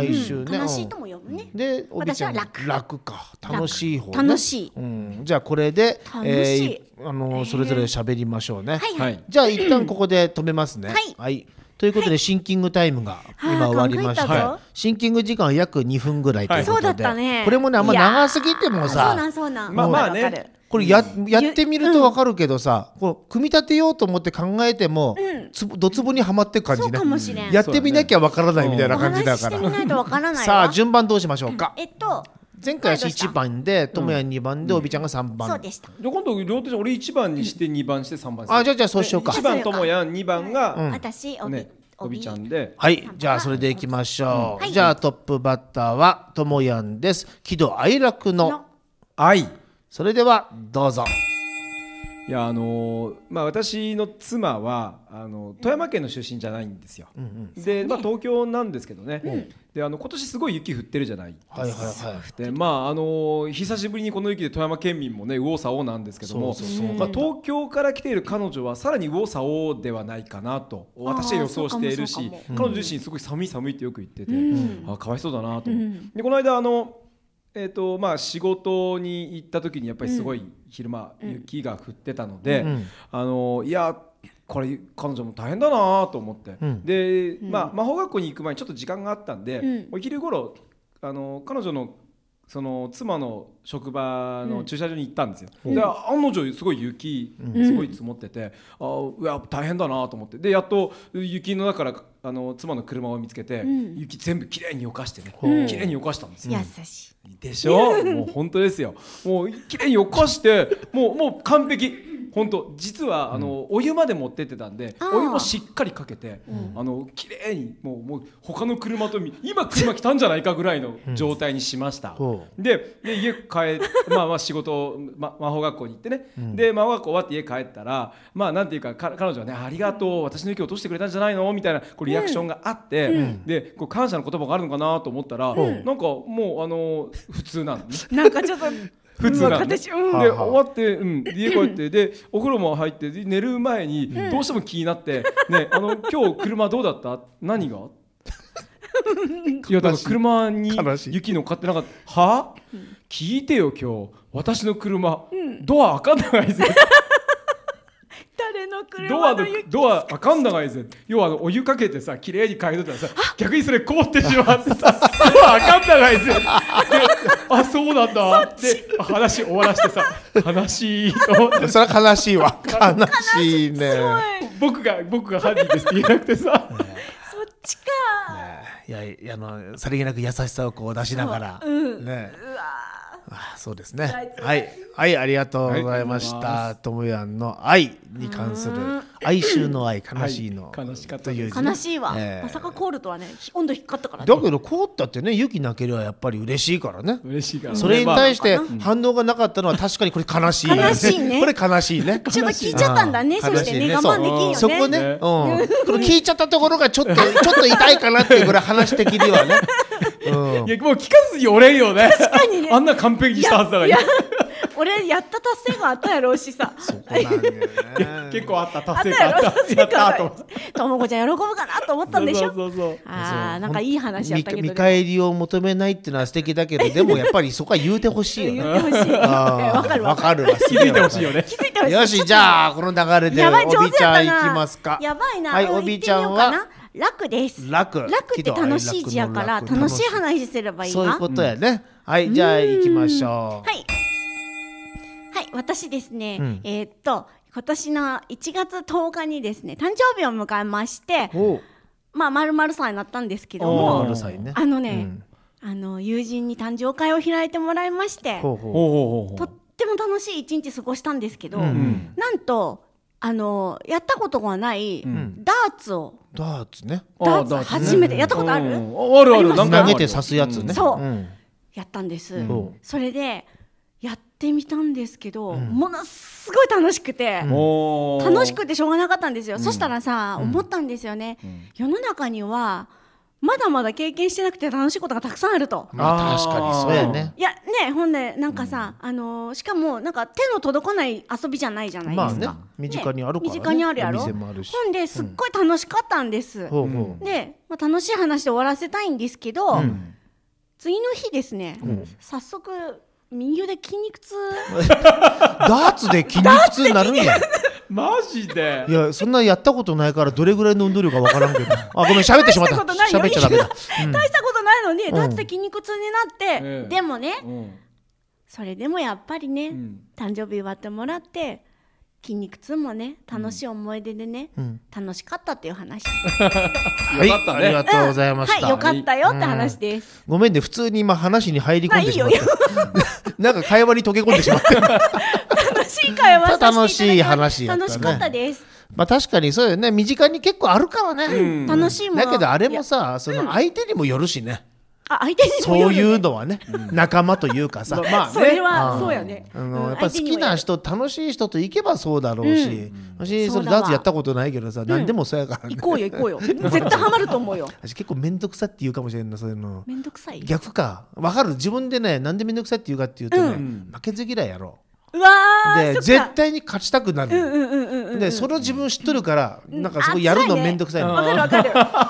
[SPEAKER 3] 哀愁ね。
[SPEAKER 4] 悲しいとも呼ぶね
[SPEAKER 3] うん。で、おびちゃん
[SPEAKER 4] 私は楽
[SPEAKER 3] 楽か。楽しい方、ね。
[SPEAKER 4] 楽しい
[SPEAKER 3] うん、じゃあ、これで、
[SPEAKER 4] 楽しい
[SPEAKER 3] えーあのそれぞれ喋りましょうね。
[SPEAKER 4] はい
[SPEAKER 5] は
[SPEAKER 4] はいい。
[SPEAKER 3] じゃあ、一旦ここで止めますね。
[SPEAKER 4] はい
[SPEAKER 3] ということで、シンキングタイムが今終わりまし
[SPEAKER 4] あー考えたぞ
[SPEAKER 3] た。シンキング時間は約2分ぐらいということで、
[SPEAKER 4] そうだったね
[SPEAKER 3] これもね、あんま長すぎても
[SPEAKER 4] そう
[SPEAKER 3] さ
[SPEAKER 4] な、んそうなん。
[SPEAKER 5] まあまあ
[SPEAKER 4] わかるわかる。
[SPEAKER 5] ね
[SPEAKER 3] ここれや,、やってみるとわかるけどさ、こう組み立てようと思って考えても、つぶどつぼにはまってく感じ
[SPEAKER 4] そう
[SPEAKER 3] ね
[SPEAKER 4] かもしれん。
[SPEAKER 3] やってみなきゃわからないみたい
[SPEAKER 4] お
[SPEAKER 3] な感じだ
[SPEAKER 4] 話し
[SPEAKER 3] か
[SPEAKER 4] して
[SPEAKER 3] ら、
[SPEAKER 4] みないとわからない
[SPEAKER 3] さ
[SPEAKER 4] わ。
[SPEAKER 3] あ順番どうしましょうか
[SPEAKER 4] えっと、
[SPEAKER 3] 前回は1番でともや2番でおびちゃんが3
[SPEAKER 4] そう
[SPEAKER 3] 番
[SPEAKER 4] でした。
[SPEAKER 5] じゃあ今度両手で俺1番にして2番して3番にする
[SPEAKER 3] あじゃあじゃあそうしようか
[SPEAKER 5] 1番ともや2番が
[SPEAKER 4] 私、おび、
[SPEAKER 5] ねおびちゃ
[SPEAKER 4] お
[SPEAKER 5] んで
[SPEAKER 3] はいじゃあそれでいきましょう、
[SPEAKER 4] はい
[SPEAKER 3] じゃあトップバッターはともやんです喜怒哀楽の
[SPEAKER 4] の
[SPEAKER 5] 愛
[SPEAKER 3] それではどうぞ
[SPEAKER 5] いやあのーまあ私の妻はあの富山県の出身じゃないんですよ。で、まあ東京なんですけどね。であの今年すごい雪降ってるじゃないですか。
[SPEAKER 3] はいはいはい
[SPEAKER 5] でまああのー久しぶりにこの雪で富山県民もね右往左往なんですけども
[SPEAKER 3] そうそうそう
[SPEAKER 5] まあ、東京から来ている彼女はさらに右往左往ではないかなと私は予想している
[SPEAKER 4] そう
[SPEAKER 5] し
[SPEAKER 4] かもそう
[SPEAKER 5] 彼女自身すごい寒い寒いってよく言ってて、あかわいそうだなと思って、でこの間あの、えーとまあ、仕事に行った時にやっぱりすごい昼間雪が降ってたので、
[SPEAKER 3] ん
[SPEAKER 5] あのいやこれ彼女も大変だなと思って、
[SPEAKER 3] ん
[SPEAKER 5] で、まあ、魔法学校に行く前にちょっと時間があったんで、
[SPEAKER 4] うん
[SPEAKER 5] お昼頃あの彼女のその妻の職場の駐車場に行ったんですよ、で案の定すごい雪すごい積もってて、あーうわ大変だなと思ってでやっと雪の中からあの妻の車を見つけて、雪全部きれいに溶かしてね、きれいに溶かしたんですよ、
[SPEAKER 4] 優しい。
[SPEAKER 5] でしょもう本当ですよもうきれいに起こしてもうもう完璧本当実はあの、お湯まで持ってってたんで
[SPEAKER 4] あー
[SPEAKER 5] お湯もしっかりかけて、あの綺麗にもうもう他の車とみ今車来たんじゃないかぐらいの状態にしました、
[SPEAKER 3] ほ
[SPEAKER 5] でで家帰っ まあまあ仕事、ま、魔法学校に行ってね、で魔法学校終わって家帰ったらまあなんていうかか彼女はね「ありがとう私の雪を落としてくれたんじゃないの?」みたいなこうリアクションがあって、でこう感謝の言葉があるのかなと思ったら、なんかもうあの普通なんで、ね、
[SPEAKER 6] なんかちょっと
[SPEAKER 5] 普通なの
[SPEAKER 6] うん形うん
[SPEAKER 3] は
[SPEAKER 5] で
[SPEAKER 3] あはあ
[SPEAKER 5] 終わって、うん、で家帰ってでお風呂も入ってで寝る前にどうしても気になって「ねあの今日車どうだった何が?」いやだから車に
[SPEAKER 3] 悲しい
[SPEAKER 5] 雪の買ってなかったは聞いてよ今日私の車、ドア開かんないぜ
[SPEAKER 6] 誰の
[SPEAKER 5] ド
[SPEAKER 6] 車
[SPEAKER 5] アの
[SPEAKER 6] の雪
[SPEAKER 5] ドア開かんないぜ要はあのお湯かけてさ綺麗に変えとったらさ逆にそれ凍ってしまってさドア開かんないぜであそうなんだって話終わらしてさ悲しいと思って
[SPEAKER 3] うそれは悲しいわ悲しいね
[SPEAKER 5] 僕が僕が犯人ですって言えなくてさ
[SPEAKER 6] そっちか
[SPEAKER 3] いやいやあのさりげなく優しさをこう出しながら、ねあそうですねはいはいありがとうございまし
[SPEAKER 5] は
[SPEAKER 3] たともやんの愛に関する哀愁の愛悲しいの、
[SPEAKER 5] はい悲しかった
[SPEAKER 3] という字ね
[SPEAKER 4] 悲しいわ。
[SPEAKER 3] ええ
[SPEAKER 4] まさかコールとはね、温度低かったからね。
[SPEAKER 3] だけど凍ったってね雪なければやっぱり嬉しいからね
[SPEAKER 5] 嬉しいから、
[SPEAKER 3] それに対してて反応がなかったのは確かにこれ悲しい
[SPEAKER 4] 悲しい ね
[SPEAKER 3] これ悲しいね
[SPEAKER 4] ちょっと聞いちゃったんだね。そしてね、我慢できんよね。
[SPEAKER 3] そこね、
[SPEAKER 5] ね
[SPEAKER 3] うん、これ聞いちゃったところがちょっと、 ちょっと痛いかなっていう、これ話的にはね。うん
[SPEAKER 5] いやもう聞かずにおれんよね
[SPEAKER 4] にね
[SPEAKER 5] あんな完璧にしたはずだから
[SPEAKER 4] いや、俺やった達成感あったやろうしさ。
[SPEAKER 3] そこ なんだよね。
[SPEAKER 5] 結構あった達成感あった やったーと思っ
[SPEAKER 4] ともこちゃん喜ぶかなと思ったんでしょ。
[SPEAKER 5] そうそうそう
[SPEAKER 4] ああ、なんかいい話やったけど、
[SPEAKER 3] 見
[SPEAKER 4] ね。
[SPEAKER 3] 見返りを求めないっていうのは素敵だけど、でもやっぱりそこは言うてほしいよ
[SPEAKER 4] 言
[SPEAKER 3] ね。
[SPEAKER 4] ってほしい。
[SPEAKER 3] あー
[SPEAKER 4] わかるわ
[SPEAKER 3] わ
[SPEAKER 4] か
[SPEAKER 3] かるわ。
[SPEAKER 5] 気づいてほしいよね
[SPEAKER 4] る。気づいてほし い。
[SPEAKER 3] よし、じゃあ、この流れで、
[SPEAKER 4] やばい
[SPEAKER 3] お
[SPEAKER 4] 上
[SPEAKER 3] び
[SPEAKER 4] 手
[SPEAKER 3] ち
[SPEAKER 4] や
[SPEAKER 3] ゃ
[SPEAKER 4] った
[SPEAKER 3] ん
[SPEAKER 4] な。
[SPEAKER 3] 行きますか。
[SPEAKER 4] やばいな。
[SPEAKER 3] はい、
[SPEAKER 4] うん
[SPEAKER 3] おびちゃん
[SPEAKER 4] 行って
[SPEAKER 3] は、
[SPEAKER 4] みようかな楽です。
[SPEAKER 3] 楽
[SPEAKER 4] 楽って楽しい字やから
[SPEAKER 3] 喜怒哀楽の
[SPEAKER 4] 楽しい話すればいい
[SPEAKER 3] そういう
[SPEAKER 4] な。
[SPEAKER 3] ことやね。はい、じゃあ行きましょう。
[SPEAKER 4] はい。はい、私ですね、
[SPEAKER 3] うん
[SPEAKER 4] えーっと、今年の1月10日にですね、誕生日を迎えまして、
[SPEAKER 3] おう
[SPEAKER 4] まあ、丸々さんになったんですけど
[SPEAKER 5] お
[SPEAKER 3] お
[SPEAKER 5] ー
[SPEAKER 3] う、
[SPEAKER 4] も
[SPEAKER 3] あ、るさいね。
[SPEAKER 4] あの
[SPEAKER 3] う
[SPEAKER 4] ね
[SPEAKER 3] ん、
[SPEAKER 4] あの、友人に誕生会を開いてもらいまして、
[SPEAKER 3] ほうほう。
[SPEAKER 5] ほうほう
[SPEAKER 4] とっても楽しい一日過ごしたんですけど、
[SPEAKER 3] ん
[SPEAKER 4] なんと、あの、やったことがない、
[SPEAKER 5] ん
[SPEAKER 4] ダーツを、
[SPEAKER 3] ダーツね。
[SPEAKER 4] ダーツ初めて、やったことある、
[SPEAKER 5] あるある
[SPEAKER 3] 投
[SPEAKER 5] 何回もある
[SPEAKER 3] げ
[SPEAKER 5] よ
[SPEAKER 3] て刺すやつね。
[SPEAKER 4] そうんやったんです、
[SPEAKER 3] ん
[SPEAKER 4] それでやってみたんですけど、ものすごい楽しくて、
[SPEAKER 5] おー
[SPEAKER 4] 楽しくてしょうがなかったんですよ、そしたらさ、思ったんですよね、世の中にはまだまだ経験してなくて楽しいことがたくさんあると。
[SPEAKER 3] まあ
[SPEAKER 5] あー
[SPEAKER 3] 確かにそうやね。
[SPEAKER 4] いやねほんでなんかさ、あのーしかもなんか手の届かない遊びじゃないじゃないで
[SPEAKER 3] まあ
[SPEAKER 4] すか、
[SPEAKER 3] ね身近にあるからね
[SPEAKER 4] 身近にあるやろ
[SPEAKER 3] お店もあるし
[SPEAKER 4] ほんですっごい楽しかったんです、
[SPEAKER 3] ほうほ
[SPEAKER 4] で、まあ、楽しい話で終わらせたいんですけど、次の日ですね、早速右腕筋肉痛
[SPEAKER 3] う。ダーツで筋肉痛になるんだ。
[SPEAKER 5] マジで
[SPEAKER 3] いやそんなやったことないからどれぐらいの運動量かわからんけど。あごめん喋ってしまった。
[SPEAKER 4] 大したこと
[SPEAKER 3] 喋
[SPEAKER 4] な
[SPEAKER 3] っ
[SPEAKER 4] い
[SPEAKER 3] ちゃダメだ。
[SPEAKER 4] 大したことないのに、
[SPEAKER 3] ん
[SPEAKER 4] だって筋肉痛になって、
[SPEAKER 5] ええ
[SPEAKER 4] でもね、
[SPEAKER 5] うん
[SPEAKER 4] それでもやっぱりね、
[SPEAKER 5] ん
[SPEAKER 4] 誕生日祝ってもらって筋肉痛もね楽しい思い出でね、楽しかったっていう話、
[SPEAKER 3] はい、
[SPEAKER 5] よかった
[SPEAKER 3] ありが
[SPEAKER 5] ね。
[SPEAKER 3] とうございました。
[SPEAKER 4] はいよかったよって話です、
[SPEAKER 3] ごめんね、普通に今話に入り込んでしまって
[SPEAKER 4] ま。
[SPEAKER 3] なんか会話に溶け込んでしまって。
[SPEAKER 4] 楽しい会話させていただきま
[SPEAKER 3] 楽しい話やったね
[SPEAKER 4] 楽しかったです、
[SPEAKER 3] まあ確かにそうよね、身近に結構あるからね。
[SPEAKER 4] 楽しいもの
[SPEAKER 3] だけどあれもさ、その相手にもよるし ね。
[SPEAKER 4] あ相手にも
[SPEAKER 3] そういう
[SPEAKER 4] う
[SPEAKER 3] のはね、仲間というかさ。
[SPEAKER 5] まあ
[SPEAKER 4] それ
[SPEAKER 5] ね。
[SPEAKER 4] はそうやね、
[SPEAKER 3] あ
[SPEAKER 4] う
[SPEAKER 3] の
[SPEAKER 4] ん
[SPEAKER 3] やっぱり好きな人楽しい人と行けばそうだろうし、私そ
[SPEAKER 4] そう
[SPEAKER 3] れ
[SPEAKER 4] だわ
[SPEAKER 3] ダーツやったことないけどさ、何でもそうやから ね
[SPEAKER 4] 行こうよ行こうよ絶対ハマると思うよ
[SPEAKER 3] 私結構面倒くさって言うかもしれんなそういうの
[SPEAKER 4] めんどくさい
[SPEAKER 3] 逆か分かる自分でねなんで面倒くさいって言うかっていうとね、負けず嫌いやろ
[SPEAKER 4] うわー
[SPEAKER 3] で
[SPEAKER 4] そっか
[SPEAKER 3] 絶対に勝ちたくなる、
[SPEAKER 4] うんうんうんうん
[SPEAKER 3] でその自分知っとるから、なんかそこ
[SPEAKER 4] あ
[SPEAKER 3] やるの
[SPEAKER 4] 辛いね
[SPEAKER 3] めんどくさいの、
[SPEAKER 4] わかるわか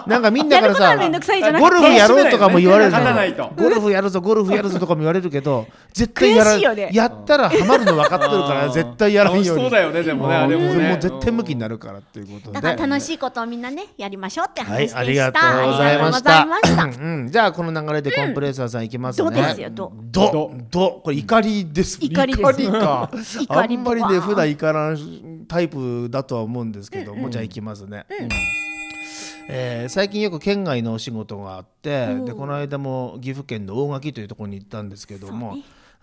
[SPEAKER 4] る
[SPEAKER 3] なんかみんなから
[SPEAKER 4] や
[SPEAKER 3] さ
[SPEAKER 4] ることはめんどくさいじゃなくて
[SPEAKER 3] ゴルフやろうとかも言われるの
[SPEAKER 5] 楽しめないよね勝たないと
[SPEAKER 3] ゴルフやるぞゴルフやるぞとかも言われるけ ど絶対や
[SPEAKER 4] 悔しいよ
[SPEAKER 3] ら、
[SPEAKER 4] ね
[SPEAKER 3] やったらハマるの分かってるか
[SPEAKER 5] あ
[SPEAKER 3] ら
[SPEAKER 5] ー
[SPEAKER 3] 絶対やらんように
[SPEAKER 5] 楽しそうだよねでもねあれもね
[SPEAKER 3] もう絶対向きになるからっていうことで
[SPEAKER 4] だから楽しいことをみんなねやりましょうって話
[SPEAKER 3] は
[SPEAKER 4] で
[SPEAKER 3] い
[SPEAKER 4] した、
[SPEAKER 3] ありがとうございました
[SPEAKER 4] ありがとうございまし
[SPEAKER 3] うん、じゃあこの流れでコンプレッサーさんいきますね、
[SPEAKER 4] どうですよどう
[SPEAKER 3] どどこれ怒りです
[SPEAKER 4] 怒りです
[SPEAKER 3] か
[SPEAKER 4] 怒り
[SPEAKER 3] あん
[SPEAKER 4] ぽ
[SPEAKER 3] ま
[SPEAKER 4] わ
[SPEAKER 3] りね普段怒らんタイプだとは思うんですけども、じゃあいきますね、うんえー最近よく県外のお仕事があってでこの間も岐阜県の大垣というところに行ったんですけども、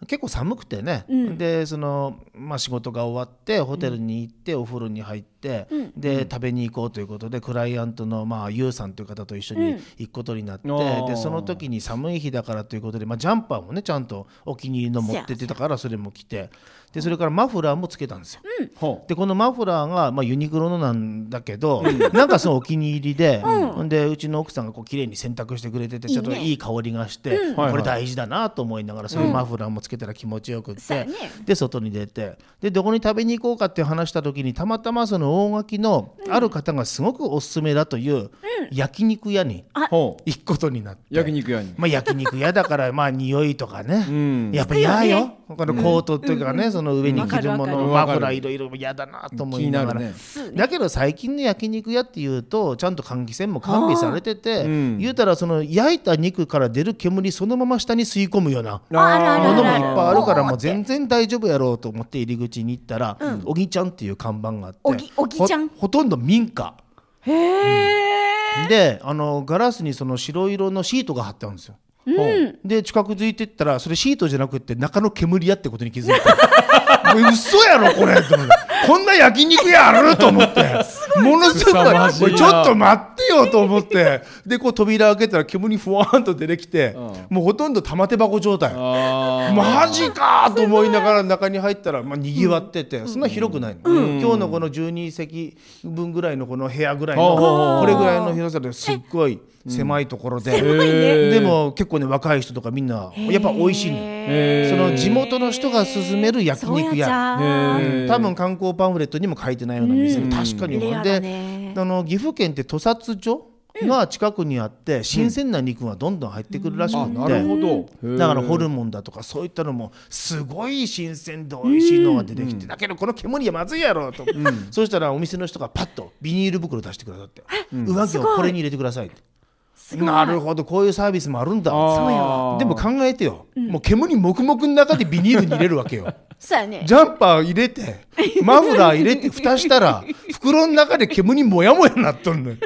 [SPEAKER 3] 結構寒くてね、でその、まあ、仕事が終わってホテルに行って、お風呂に入って、で食べに行こうということでクライアントの、まあ、ゆうさんという方と一緒に行くことになって、
[SPEAKER 5] あー
[SPEAKER 3] でその時に寒い日だからということで、まあ、ジャンパーもねちゃんとお気に入りの持ってってたからそれも着てでそれからマフラーもつけたんですよ。
[SPEAKER 5] ほ
[SPEAKER 3] でこのマフラーが、まあ、ユニクロのなんだけど、なんかそのお気に入りで、うんでうちの奥さんがこう綺麗に洗濯してくれててちょっと
[SPEAKER 4] いいね
[SPEAKER 3] いい香りがして
[SPEAKER 5] はいはい
[SPEAKER 3] これ大事だなと思いながらそのマフラーもつけたら気持ちよくっ
[SPEAKER 4] そう
[SPEAKER 3] て、
[SPEAKER 4] やね
[SPEAKER 3] で外に出てでどこに食べに行こうかって話した時にたまたまその大垣のある方がすごくおすすめだという焼肉屋に
[SPEAKER 5] うほう
[SPEAKER 3] 行くことになって。
[SPEAKER 5] 焼肉屋に。
[SPEAKER 3] まあ、焼肉屋だから まあ匂いとかね、
[SPEAKER 5] ん
[SPEAKER 3] やっぱ嫌よこのコートというかね、その上に着るもの、
[SPEAKER 5] うん
[SPEAKER 3] マ
[SPEAKER 5] わかるわかる
[SPEAKER 3] フラーいろいろ嫌だなと思いながら
[SPEAKER 5] 気になるね
[SPEAKER 3] だけど最近の焼肉屋っていうとちゃんと換気扇も完備されてて、
[SPEAKER 5] うん
[SPEAKER 3] 言うたらその焼いた肉から出る煙そのまま下に吸い込むような。
[SPEAKER 4] あるある
[SPEAKER 3] ものもいっ
[SPEAKER 4] ある
[SPEAKER 3] ぱいあるからもう全然大丈夫やろうと思って入り口に行ったら「おぎちゃん」っていう看板があって
[SPEAKER 4] おぎおぎちゃん
[SPEAKER 3] ほほとんど民家であのガラスにその白色のシートが貼ってあるんですよで近くづいてったらそれシートじゃなくて中の煙やって ことに気づいたもう嘘やろこれって思ってこんな焼肉屋あると思ってものすご
[SPEAKER 5] 凄ま
[SPEAKER 3] い
[SPEAKER 5] じい
[SPEAKER 3] こ
[SPEAKER 5] な
[SPEAKER 3] れちょっと待ってよと思ってでこう扉開けたら煙ふわーんと出てきて、もうほとんど玉手箱状態
[SPEAKER 5] あー
[SPEAKER 3] マジかと思いながら中に入ったら、まあ、にぎわってて、そんな広くないの、今日のこの12席分ぐらいのこの部屋ぐらい
[SPEAKER 5] あ
[SPEAKER 3] の
[SPEAKER 5] あ
[SPEAKER 3] これぐらいの広さですっごい狭いところで、
[SPEAKER 5] へー
[SPEAKER 3] でも結構ね若い人とかみんなやっぱ美味しいの、
[SPEAKER 5] へー
[SPEAKER 3] その地元の人が勧める焼
[SPEAKER 4] そうや
[SPEAKER 3] 肉
[SPEAKER 4] じ
[SPEAKER 3] 屋
[SPEAKER 4] ゃ
[SPEAKER 5] へ
[SPEAKER 4] ー
[SPEAKER 5] ー
[SPEAKER 3] 多分観光パンフレットにも書いてないような店で、確かに
[SPEAKER 4] レアだ
[SPEAKER 3] で、
[SPEAKER 4] ね
[SPEAKER 3] あの岐阜県って土佐町が近くにあって新鮮な肉がどんどん入ってくるらしく
[SPEAKER 5] あ
[SPEAKER 3] て、
[SPEAKER 5] なるほど。
[SPEAKER 3] だから
[SPEAKER 5] へー
[SPEAKER 3] ホルモンだとかそういったのもすごい新鮮で美味しいのが出てきてだけどこの煙はまずいやろとそうしたらお店の人がパッとビニール袋出してくださって上着をこれに入れてくださいってなるほどこういうサービスもあるんだ
[SPEAKER 5] あ
[SPEAKER 4] そうや
[SPEAKER 5] ー
[SPEAKER 4] わ
[SPEAKER 3] でも考えてよもう煙もくもくの中でビニールに入れるわけ よ
[SPEAKER 4] そうやね
[SPEAKER 3] ジャンパー入れ てマフラー入れて蓋したら袋の中で煙もやもやなっとるのよ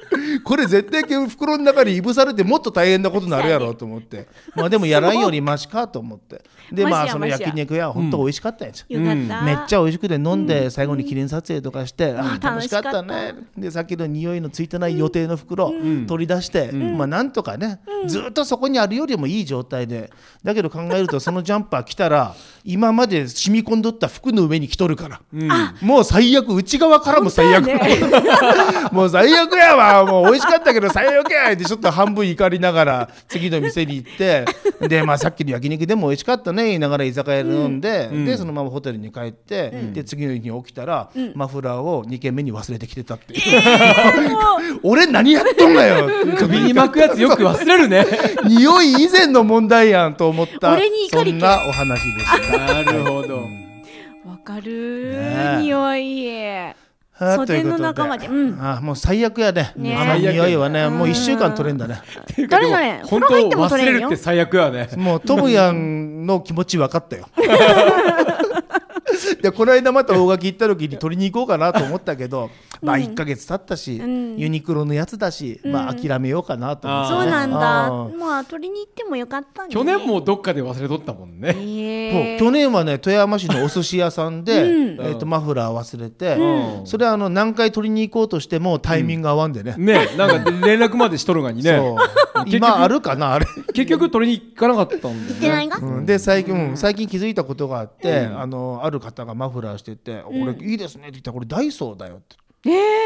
[SPEAKER 3] これ絶対煙袋の中でいぶされてもっと大変なことになるやろうと思ってまあでもやらんよりマシかと思ってでま
[SPEAKER 4] マ
[SPEAKER 3] あ
[SPEAKER 4] シや
[SPEAKER 3] その
[SPEAKER 4] マシや
[SPEAKER 3] 焼肉屋は本当美味しかったやつ、
[SPEAKER 4] よかった、
[SPEAKER 3] めっちゃ美味しくて飲んで最後に記念撮影とかして、ああ楽
[SPEAKER 4] 楽
[SPEAKER 3] し
[SPEAKER 4] し
[SPEAKER 3] か
[SPEAKER 4] か
[SPEAKER 3] っ
[SPEAKER 4] った
[SPEAKER 3] たねでさっきの匂いのついてない予定の袋取り出して、まあなんとかね、ずっとそこにあるよりもいい状態でだけど考えるとそのジャンパー着たら今まで染み込んどった服の上に着とるから、もう最悪内側からも最悪、 もう最悪やわもう美味しかったけど最悪やってちょっと半分怒りながら次の店に行ってでまあさっきの焼肉でも美味しかったね言いながら居酒屋で飲んで、でそのままホテルに帰って、で次の日に起きたら、マフラーを2軒目に忘れてきてたっていう、俺何やっとんだよ
[SPEAKER 5] 首に巻くやつよく忘れるね。
[SPEAKER 3] 匂い以前の問題やんと思った
[SPEAKER 4] 俺に怒り
[SPEAKER 3] そん
[SPEAKER 4] け
[SPEAKER 3] なお話でした。
[SPEAKER 5] なるほど。
[SPEAKER 4] わかる
[SPEAKER 3] ねえ
[SPEAKER 4] ー匂い
[SPEAKER 3] はあということ
[SPEAKER 4] 袖の中までうん
[SPEAKER 3] あもう最悪やね
[SPEAKER 4] ね
[SPEAKER 3] あの匂いはねもう1週間取れんだね
[SPEAKER 5] っていうか
[SPEAKER 4] 誰々
[SPEAKER 5] で
[SPEAKER 4] 風
[SPEAKER 5] も本
[SPEAKER 4] 呂
[SPEAKER 5] 当
[SPEAKER 4] 入っても
[SPEAKER 5] 忘
[SPEAKER 4] 取
[SPEAKER 5] れ
[SPEAKER 4] れん
[SPEAKER 5] る
[SPEAKER 4] よ
[SPEAKER 5] って最悪やね
[SPEAKER 3] もうトムヤンの気持ち分か ったよいやこの間また大垣行った時に取りに行こうかなと思ったけど、まあ1か月経ったし、
[SPEAKER 4] うん
[SPEAKER 3] ユニクロのやつだし、まあ諦めようかなと思って
[SPEAKER 5] あー
[SPEAKER 4] そうなんだ
[SPEAKER 3] あー
[SPEAKER 4] まあ取りに行ってもよかったんだ
[SPEAKER 5] 去
[SPEAKER 4] ね
[SPEAKER 5] 年もどっかで忘れとったもんね
[SPEAKER 4] へ
[SPEAKER 3] そう
[SPEAKER 4] え
[SPEAKER 3] 去年はね富山市のお寿司屋さんで、
[SPEAKER 4] うん
[SPEAKER 3] えー、とマフラー忘れて、
[SPEAKER 5] うん
[SPEAKER 3] それはあの何回取りに行こうとしてもタイミング合わんでね,、
[SPEAKER 5] ねなんか連絡までしとるがにね
[SPEAKER 3] そう
[SPEAKER 5] 結局
[SPEAKER 3] 今あるかなあれ、
[SPEAKER 5] 結局取りに行かなかったんだ
[SPEAKER 1] てな
[SPEAKER 5] よ
[SPEAKER 1] い
[SPEAKER 5] ね
[SPEAKER 1] が、
[SPEAKER 3] うんで最近、うん最近気づいたことがあって、あのある方がマフラーしてて「俺いいですね」って言ったら「これダイソーだよ」って。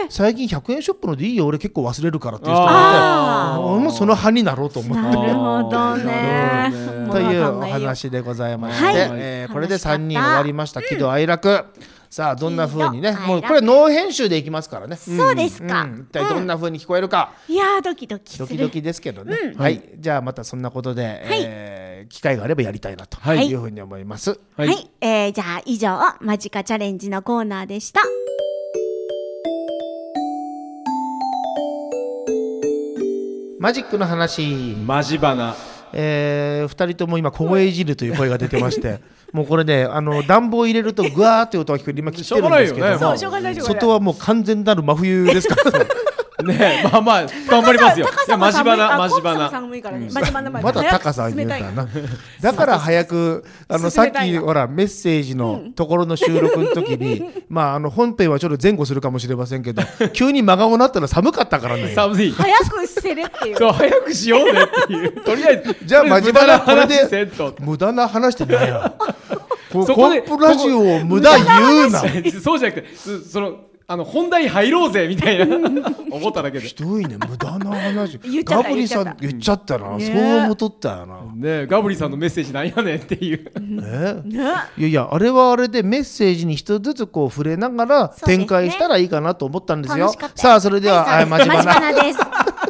[SPEAKER 3] 最近100円ショップのでいいよ俺結構忘れるからっていう人がいて
[SPEAKER 4] あ
[SPEAKER 5] ー
[SPEAKER 3] 俺もその派になろうと思って
[SPEAKER 4] なるほどね
[SPEAKER 5] なるほどね
[SPEAKER 4] も
[SPEAKER 3] と
[SPEAKER 4] のは考え
[SPEAKER 3] いう
[SPEAKER 4] よ
[SPEAKER 3] お話でございまして、
[SPEAKER 4] はい
[SPEAKER 3] えーこれで
[SPEAKER 4] 楽しかっ
[SPEAKER 3] 3人
[SPEAKER 4] た
[SPEAKER 3] 終わりました喜怒哀楽さあどんな風にね
[SPEAKER 1] 喜怒哀楽
[SPEAKER 3] もうこれノー編集でいきますからね
[SPEAKER 4] そうですか、
[SPEAKER 3] うん一体どんな風に聞こえるか
[SPEAKER 4] いやードキドキす
[SPEAKER 3] ド
[SPEAKER 4] る
[SPEAKER 3] キドキですけどねはいじゃあまたそんなことで、えー機会があればやりたいなと
[SPEAKER 5] はい
[SPEAKER 3] いうふうに思います
[SPEAKER 4] はい、えーじゃあ以上マジカチャレンジのコーナーでした
[SPEAKER 3] マジックの話
[SPEAKER 5] マジバナ
[SPEAKER 3] えー、2人とも今凍え汁という声が出てまして もうこれねあの暖房入れるとグワーって音が聞こえる今切ってるんですけども、
[SPEAKER 5] しょうがないよねそう
[SPEAKER 6] しょうがないしょうがない
[SPEAKER 3] 外はもう完全なる真冬ですからね
[SPEAKER 5] ねまあまあ頑張りますよ
[SPEAKER 6] 高
[SPEAKER 5] いや
[SPEAKER 6] さ
[SPEAKER 5] マ
[SPEAKER 6] も
[SPEAKER 5] ジ
[SPEAKER 6] 寒
[SPEAKER 5] バ
[SPEAKER 6] いあ
[SPEAKER 5] ナマジバ
[SPEAKER 6] コン
[SPEAKER 5] ナ
[SPEAKER 6] プさんも寒いからねマジバナマジ
[SPEAKER 3] ま
[SPEAKER 6] バナ
[SPEAKER 3] だ高さん言うたらなだから早くあの
[SPEAKER 6] 進
[SPEAKER 3] さっ
[SPEAKER 6] めたい
[SPEAKER 3] き
[SPEAKER 6] な
[SPEAKER 3] ほらメッセージのところの収録の時に、 まああの本編はちょっと前後するかもしれませんけど急に真顔になったら寒かったからね
[SPEAKER 5] 寒い
[SPEAKER 6] 早くしてるっていう
[SPEAKER 5] そう早くしようねって いうとりあえず
[SPEAKER 3] じゃあマジバナこれ
[SPEAKER 5] 無駄な話せ
[SPEAKER 3] で
[SPEAKER 5] んと
[SPEAKER 3] 無駄な話ってない よこ
[SPEAKER 5] そ
[SPEAKER 3] コ
[SPEAKER 5] こ
[SPEAKER 3] ッ
[SPEAKER 5] で
[SPEAKER 3] プラジオを無駄言うな
[SPEAKER 5] そうじゃなくてそそのあの本題入ろうぜみたい な思っただけで
[SPEAKER 3] ひどいね無駄な話
[SPEAKER 6] 言っちゃ
[SPEAKER 3] ガ
[SPEAKER 6] った
[SPEAKER 3] ブリさん言っちゃったな、そう思っとったよな、
[SPEAKER 5] ねガブリさんのメッセージなんやねんっていう
[SPEAKER 3] えいやいやあれはあれでメッセージに一つずつこう触れながら
[SPEAKER 1] うですね
[SPEAKER 3] 展開したらいいかなと思ったんですよ
[SPEAKER 1] 楽しかった
[SPEAKER 3] さ あそれでは、はい、マジ
[SPEAKER 1] マ
[SPEAKER 3] バ
[SPEAKER 1] ジカ
[SPEAKER 3] ナ
[SPEAKER 1] ナです。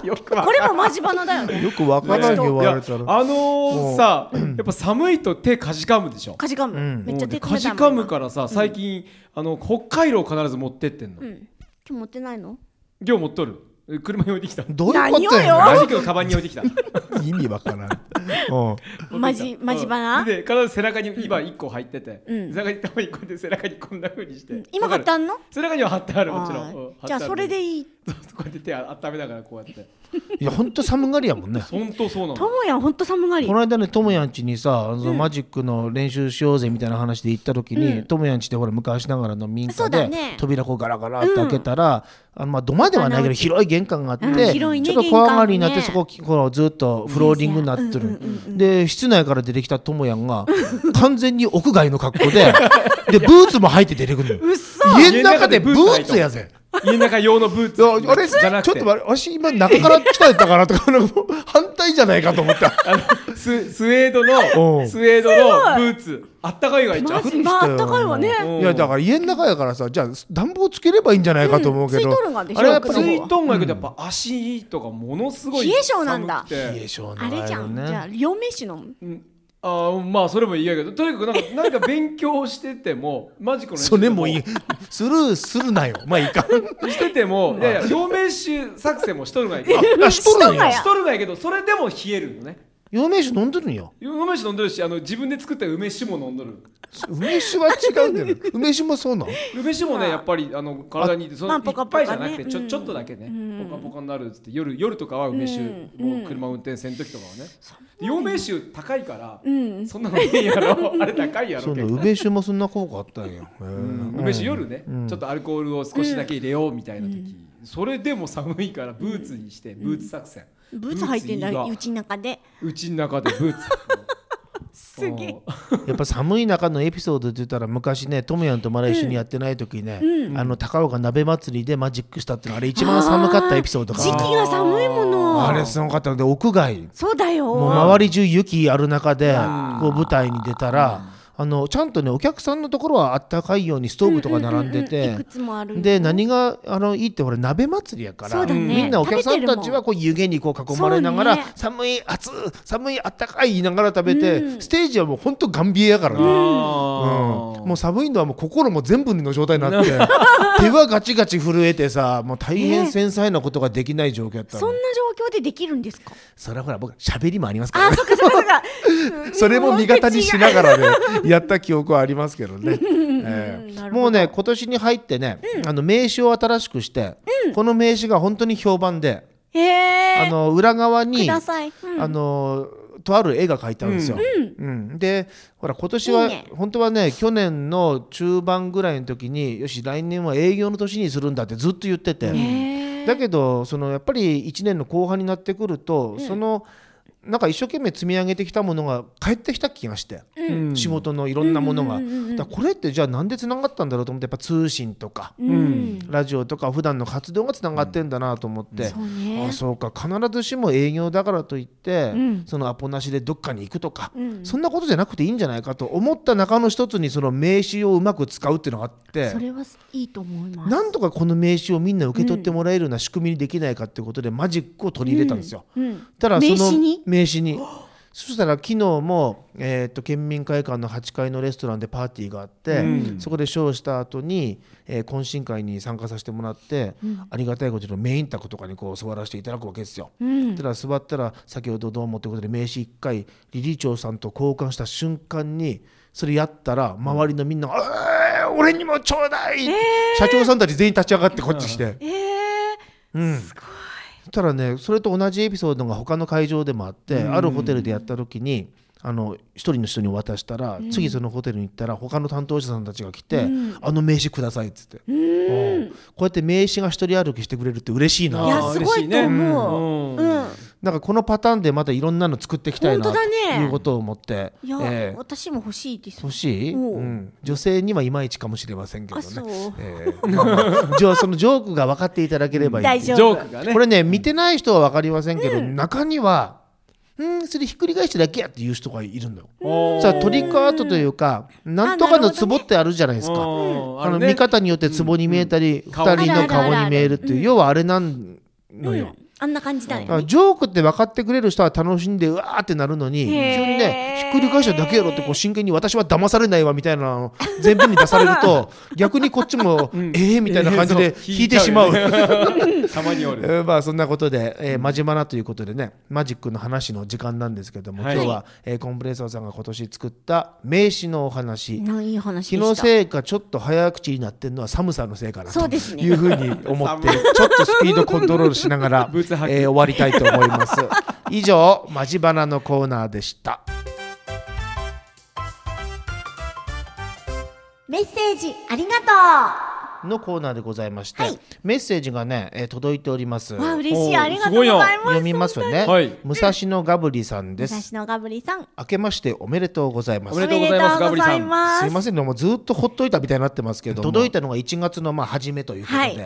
[SPEAKER 5] よくわ
[SPEAKER 6] これもマジバナだよ ね
[SPEAKER 3] よくわからんよ言われた
[SPEAKER 5] いや
[SPEAKER 3] ら
[SPEAKER 5] あのー、さやっぱ寒いと手かじかむでしょ
[SPEAKER 6] かじかむ、
[SPEAKER 3] ん
[SPEAKER 6] めっちゃ手冷たい
[SPEAKER 5] かじかむからさ最近、あの北海道必ず持ってってんの、
[SPEAKER 4] 今日持ってないの
[SPEAKER 5] 今日持っとるえ車に置いてきた
[SPEAKER 3] どういうこと
[SPEAKER 5] マ
[SPEAKER 3] や
[SPEAKER 5] ジックのカバンに置いてき た
[SPEAKER 3] ねん意味わからん、うん、
[SPEAKER 4] マジマジバナ
[SPEAKER 5] うんで必ず背中に今一個入ってて、
[SPEAKER 4] うん
[SPEAKER 5] 背中にたまにこうやって背中にこんな風にして、
[SPEAKER 4] 今買ったんの
[SPEAKER 5] 背中には貼ってあるもちろ
[SPEAKER 4] あ
[SPEAKER 5] ん
[SPEAKER 4] ー
[SPEAKER 5] うん貼ってる
[SPEAKER 4] じゃあそれでいい
[SPEAKER 5] そうそうこうやって手あ温めながらこうや って
[SPEAKER 3] いやほんと寒がりやもんね
[SPEAKER 5] 本当そうな
[SPEAKER 4] と
[SPEAKER 5] の
[SPEAKER 4] もやんほんと寒がり
[SPEAKER 3] この間ねともやんちにさ、あのマジックの練習しようぜみたいな話で行った時にともやんちってほら昔ながらの民
[SPEAKER 4] そ
[SPEAKER 3] 家
[SPEAKER 4] うだ
[SPEAKER 3] で、
[SPEAKER 4] ね
[SPEAKER 3] 扉こうガラガラって開けたら、あのまあ土間ではないけど広い玄関があって、
[SPEAKER 4] うん広いね
[SPEAKER 3] ちょっと小上がりになって、
[SPEAKER 4] 玄
[SPEAKER 3] そ
[SPEAKER 4] 関
[SPEAKER 3] ここうずっとフローリングになってる、で室内から出てきたともやんが完全に屋外の格好 ででブーツも履いて出てくるのよ家の中でブーツやぜ
[SPEAKER 5] 家の中用のブー
[SPEAKER 3] い
[SPEAKER 5] ツ
[SPEAKER 3] やあれち
[SPEAKER 5] じゃ
[SPEAKER 3] ょ
[SPEAKER 5] な
[SPEAKER 3] っと
[SPEAKER 5] くて
[SPEAKER 3] 待って私今中から来たやったからとか 反対じゃないかと思った。
[SPEAKER 5] あのス スウェード
[SPEAKER 3] うん
[SPEAKER 5] のスウェードのブーツあったかいがいっちゃう
[SPEAKER 4] まああったかいわね
[SPEAKER 5] うん
[SPEAKER 3] いやだから家の中やからさじゃあ暖房つければいいんじゃないかと思うけど、
[SPEAKER 4] うんついとるんがでしょ
[SPEAKER 3] あれはやっぱ
[SPEAKER 5] つ
[SPEAKER 3] り
[SPEAKER 5] いとんがやけどやっぱ足とかものすごい
[SPEAKER 4] 冷え性なんだ
[SPEAKER 5] 寒くて
[SPEAKER 3] 冷え性な
[SPEAKER 4] あ
[SPEAKER 3] のよ
[SPEAKER 4] れじゃん、
[SPEAKER 3] ね
[SPEAKER 4] じゃあ両名詞の
[SPEAKER 5] うんあーまあそれもいいやけどとにかくなんかなんか勉強してても マジックの練習
[SPEAKER 3] それもいい
[SPEAKER 5] で
[SPEAKER 3] スルーするなよまあいいか
[SPEAKER 5] してて もいやいや両面集作戦もしとるがいい
[SPEAKER 3] あしとるん
[SPEAKER 4] が
[SPEAKER 3] よ
[SPEAKER 4] や
[SPEAKER 5] しとるがいいけどそれでも冷えるのね
[SPEAKER 3] 陽明酒飲んでるんよ
[SPEAKER 5] 梅酒飲んどるしあの自分で作った梅酒も飲んどる
[SPEAKER 3] 梅酒は違うんだよ梅酒もそうなの
[SPEAKER 5] 梅酒もねやっぱりあの体にいいってその
[SPEAKER 4] まあ
[SPEAKER 5] い
[SPEAKER 4] ポカ
[SPEAKER 5] っ
[SPEAKER 4] ポカ
[SPEAKER 5] ぱ
[SPEAKER 4] ね
[SPEAKER 5] いじゃなくてち
[SPEAKER 4] う
[SPEAKER 5] ょ
[SPEAKER 4] ん
[SPEAKER 5] ちょっとだけねポカポカになるっつって夜夜とかは梅酒もう車運転せん時とかはね陽明酒高いから
[SPEAKER 4] ん
[SPEAKER 5] そんなのいいやろ あれ高いや
[SPEAKER 3] そ
[SPEAKER 5] ろ
[SPEAKER 3] うな
[SPEAKER 5] 結
[SPEAKER 3] の
[SPEAKER 5] 構
[SPEAKER 3] 梅酒もそんな効果あったんよへえ
[SPEAKER 5] 梅酒夜ねちょっとアルコールを少しだけ入れようみたいな時それでも寒いからブーツにしてブーツ作戦
[SPEAKER 4] ブーツ履いてんだ
[SPEAKER 5] ブーツいいわ
[SPEAKER 4] うちの中で
[SPEAKER 5] うちの中で ブーツす
[SPEAKER 6] げえ
[SPEAKER 3] やっぱ寒い中のエピソードって言ったら昔ねトムヤンとまだ一緒にやってない時ね、あの高岡鍋祭りでマジックしたっていうのあれ一番寒かったエピソードか
[SPEAKER 4] 時
[SPEAKER 3] な
[SPEAKER 4] 期が寒いもの
[SPEAKER 3] あれすごかったので屋外
[SPEAKER 4] そうだよ
[SPEAKER 3] もう周り中雪ある中でこう舞台に出たら、あのちゃんとねお客さんのところはあったかいようにストーブとか並んでて、
[SPEAKER 4] いくつもある
[SPEAKER 3] で何があのいいってほら鍋祭りやから、
[SPEAKER 4] そうだね
[SPEAKER 3] みんなお客さんた
[SPEAKER 4] 食べて
[SPEAKER 3] ち
[SPEAKER 4] るも
[SPEAKER 3] は
[SPEAKER 4] ん
[SPEAKER 3] こう湯気にこう囲まれながら、
[SPEAKER 4] そうね
[SPEAKER 3] 寒い暑い寒いあったかい言いながら食べて、ステージはもうほんとガンビエやからね、
[SPEAKER 5] あー
[SPEAKER 3] うんもう寒いのはもう心も全部の状態になって手はガチガチ震えてさもう大変繊細なことができない状況やった
[SPEAKER 4] そ
[SPEAKER 3] の、
[SPEAKER 4] んな状況でできるんですか
[SPEAKER 3] それはほら僕喋りもありますから
[SPEAKER 4] あ
[SPEAKER 3] ね
[SPEAKER 4] そっかそっかそっか
[SPEAKER 3] それも味方にしなが らねやった記憶はありますけどね、ええ
[SPEAKER 4] なるほど
[SPEAKER 3] もうね今年に入ってね、あの名刺を新しくして、この名刺が本当に評判で、
[SPEAKER 4] へえ
[SPEAKER 3] あの裏側
[SPEAKER 4] く
[SPEAKER 3] に
[SPEAKER 4] ださい、うん
[SPEAKER 3] あのとある絵が描いてあるんですよ。うんでほら今年はい
[SPEAKER 4] いね
[SPEAKER 3] 本当はね去年の中盤ぐらいの時によし来年は営業の年にするんだってずっと言ってて、だけどそのやっぱり1年の後半になってくると、そのなんか一生懸命積み上げてきたものが返ってきた気がして、仕事のいろんなものが、だからこれってじゃあなんでつながったんだろうと思ってやっぱ通信とか、ラジオとか普段の活動がつながってんだなと思って、
[SPEAKER 4] そうね
[SPEAKER 3] あそうか必ずしも営業だからといって、そのアポなしでどっかに行くとか、そんなことじゃなくていいんじゃないかと思った中の一つにその名刺をうまく使うっていうのがあって
[SPEAKER 4] それはいいと思います
[SPEAKER 3] なんとかこの名刺をみんな受け取ってもらえるような仕組みにできないかってことでマジックを取り入れたんですよ。ただその
[SPEAKER 4] 名刺に
[SPEAKER 3] 名刺にそしたら昨日も、えー、と県民会館の8階のレストランでパーティーがあって、そこでショーした後に、えー懇親会に参加させてもらって、ありがたいことにメイン卓とかにこう座らせていただくわけですよ。ただ座ったら先ほどどうもということで名刺1回理事長さんと交換した瞬間にそれやったら周りのみんなが「えー俺にもちょうだい!」社長さんたち全員立ち上がってこっち来て。たらねそれと同じエピソードが他の会場でもあって、あるホテルでやった時にあの一人の人に渡したら、次そのホテルに行ったら他の担当者さんたちが来て「あの名刺ください」っつって、うんこうやって名刺が一人歩きしてくれるって嬉しい
[SPEAKER 5] あー
[SPEAKER 4] い
[SPEAKER 3] な
[SPEAKER 4] やすごいと思う、
[SPEAKER 5] 嬉しいね
[SPEAKER 4] うん
[SPEAKER 3] なんかこのパターンでまたいろんなの作っていきたいな
[SPEAKER 4] 本当だね
[SPEAKER 3] ということを思って、
[SPEAKER 4] いや、
[SPEAKER 3] ええ
[SPEAKER 4] 私も欲しいです
[SPEAKER 3] 欲しい、
[SPEAKER 4] おう
[SPEAKER 3] うん、女性にはいまいちかもしれませんけどね
[SPEAKER 4] あそう
[SPEAKER 3] ええ まあまあじゃあそのジョークが分かっていただければいい
[SPEAKER 4] 大丈夫
[SPEAKER 5] ジョークがね
[SPEAKER 3] これね見てない人は分かりませんけど、中には「うんそれひっくり返しただけや」っていう人がいるのよ。
[SPEAKER 5] おー
[SPEAKER 3] さあトリックアートというかなんとかのツボってあるじゃないですか。
[SPEAKER 5] おー
[SPEAKER 3] あの
[SPEAKER 5] るね
[SPEAKER 3] 見方によってツボに見えたり、二
[SPEAKER 5] 顔
[SPEAKER 3] 人の顔
[SPEAKER 4] あるあるあ
[SPEAKER 3] に
[SPEAKER 4] る
[SPEAKER 3] 見えるっていう要はあれなんのよ。
[SPEAKER 4] あんな感じだ
[SPEAKER 3] だ
[SPEAKER 4] よ
[SPEAKER 3] からジョークって分かってくれる人は楽しんでうわーってなるのに急に
[SPEAKER 4] へー
[SPEAKER 3] ねひっくり返しただけやろってこう真剣に私は騙されないわみたいなのを全部に出されると逆にこっちもええみたいな感じで
[SPEAKER 5] そう
[SPEAKER 3] 引いてしまう。
[SPEAKER 5] 引いちゃうよねたまにお
[SPEAKER 3] え
[SPEAKER 5] る
[SPEAKER 3] ーまあそんなことで、えー、まじまなということでね、マジックの話の時間なんですけども、
[SPEAKER 5] はい
[SPEAKER 3] 今日は、えーコンプレッサーさんが今年作った名刺のお話。
[SPEAKER 4] ないい話
[SPEAKER 3] 気
[SPEAKER 4] で
[SPEAKER 3] の
[SPEAKER 4] した
[SPEAKER 3] せいかちょっと早口になってるのは寒さのせいかな
[SPEAKER 4] そ
[SPEAKER 3] と
[SPEAKER 4] うですね
[SPEAKER 3] いうふうに思って、ちょっとスピードコントロールしながら、え
[SPEAKER 5] ブツ吐
[SPEAKER 3] ー
[SPEAKER 5] き
[SPEAKER 3] 終わりたいと思います。以上、まじばなのコーナーでした。
[SPEAKER 1] メッセージありがと
[SPEAKER 3] のコーナーでございまして、メッセージがね、えー届いております。
[SPEAKER 4] わあ
[SPEAKER 3] 読
[SPEAKER 4] 嬉し
[SPEAKER 5] お
[SPEAKER 4] い
[SPEAKER 5] ー
[SPEAKER 4] ありがとうございます
[SPEAKER 5] す
[SPEAKER 3] みますね、
[SPEAKER 5] はい
[SPEAKER 3] 武蔵野ガブリさんです。
[SPEAKER 4] 私のガブリさん
[SPEAKER 3] 明けましておめでとうございます
[SPEAKER 5] おめ。でとうございます
[SPEAKER 4] おめでとうございます
[SPEAKER 3] いませんね、もうずっとほっといたみたいになってますけども、届いたのが1月のまあ初めということで、
[SPEAKER 4] はい
[SPEAKER 3] え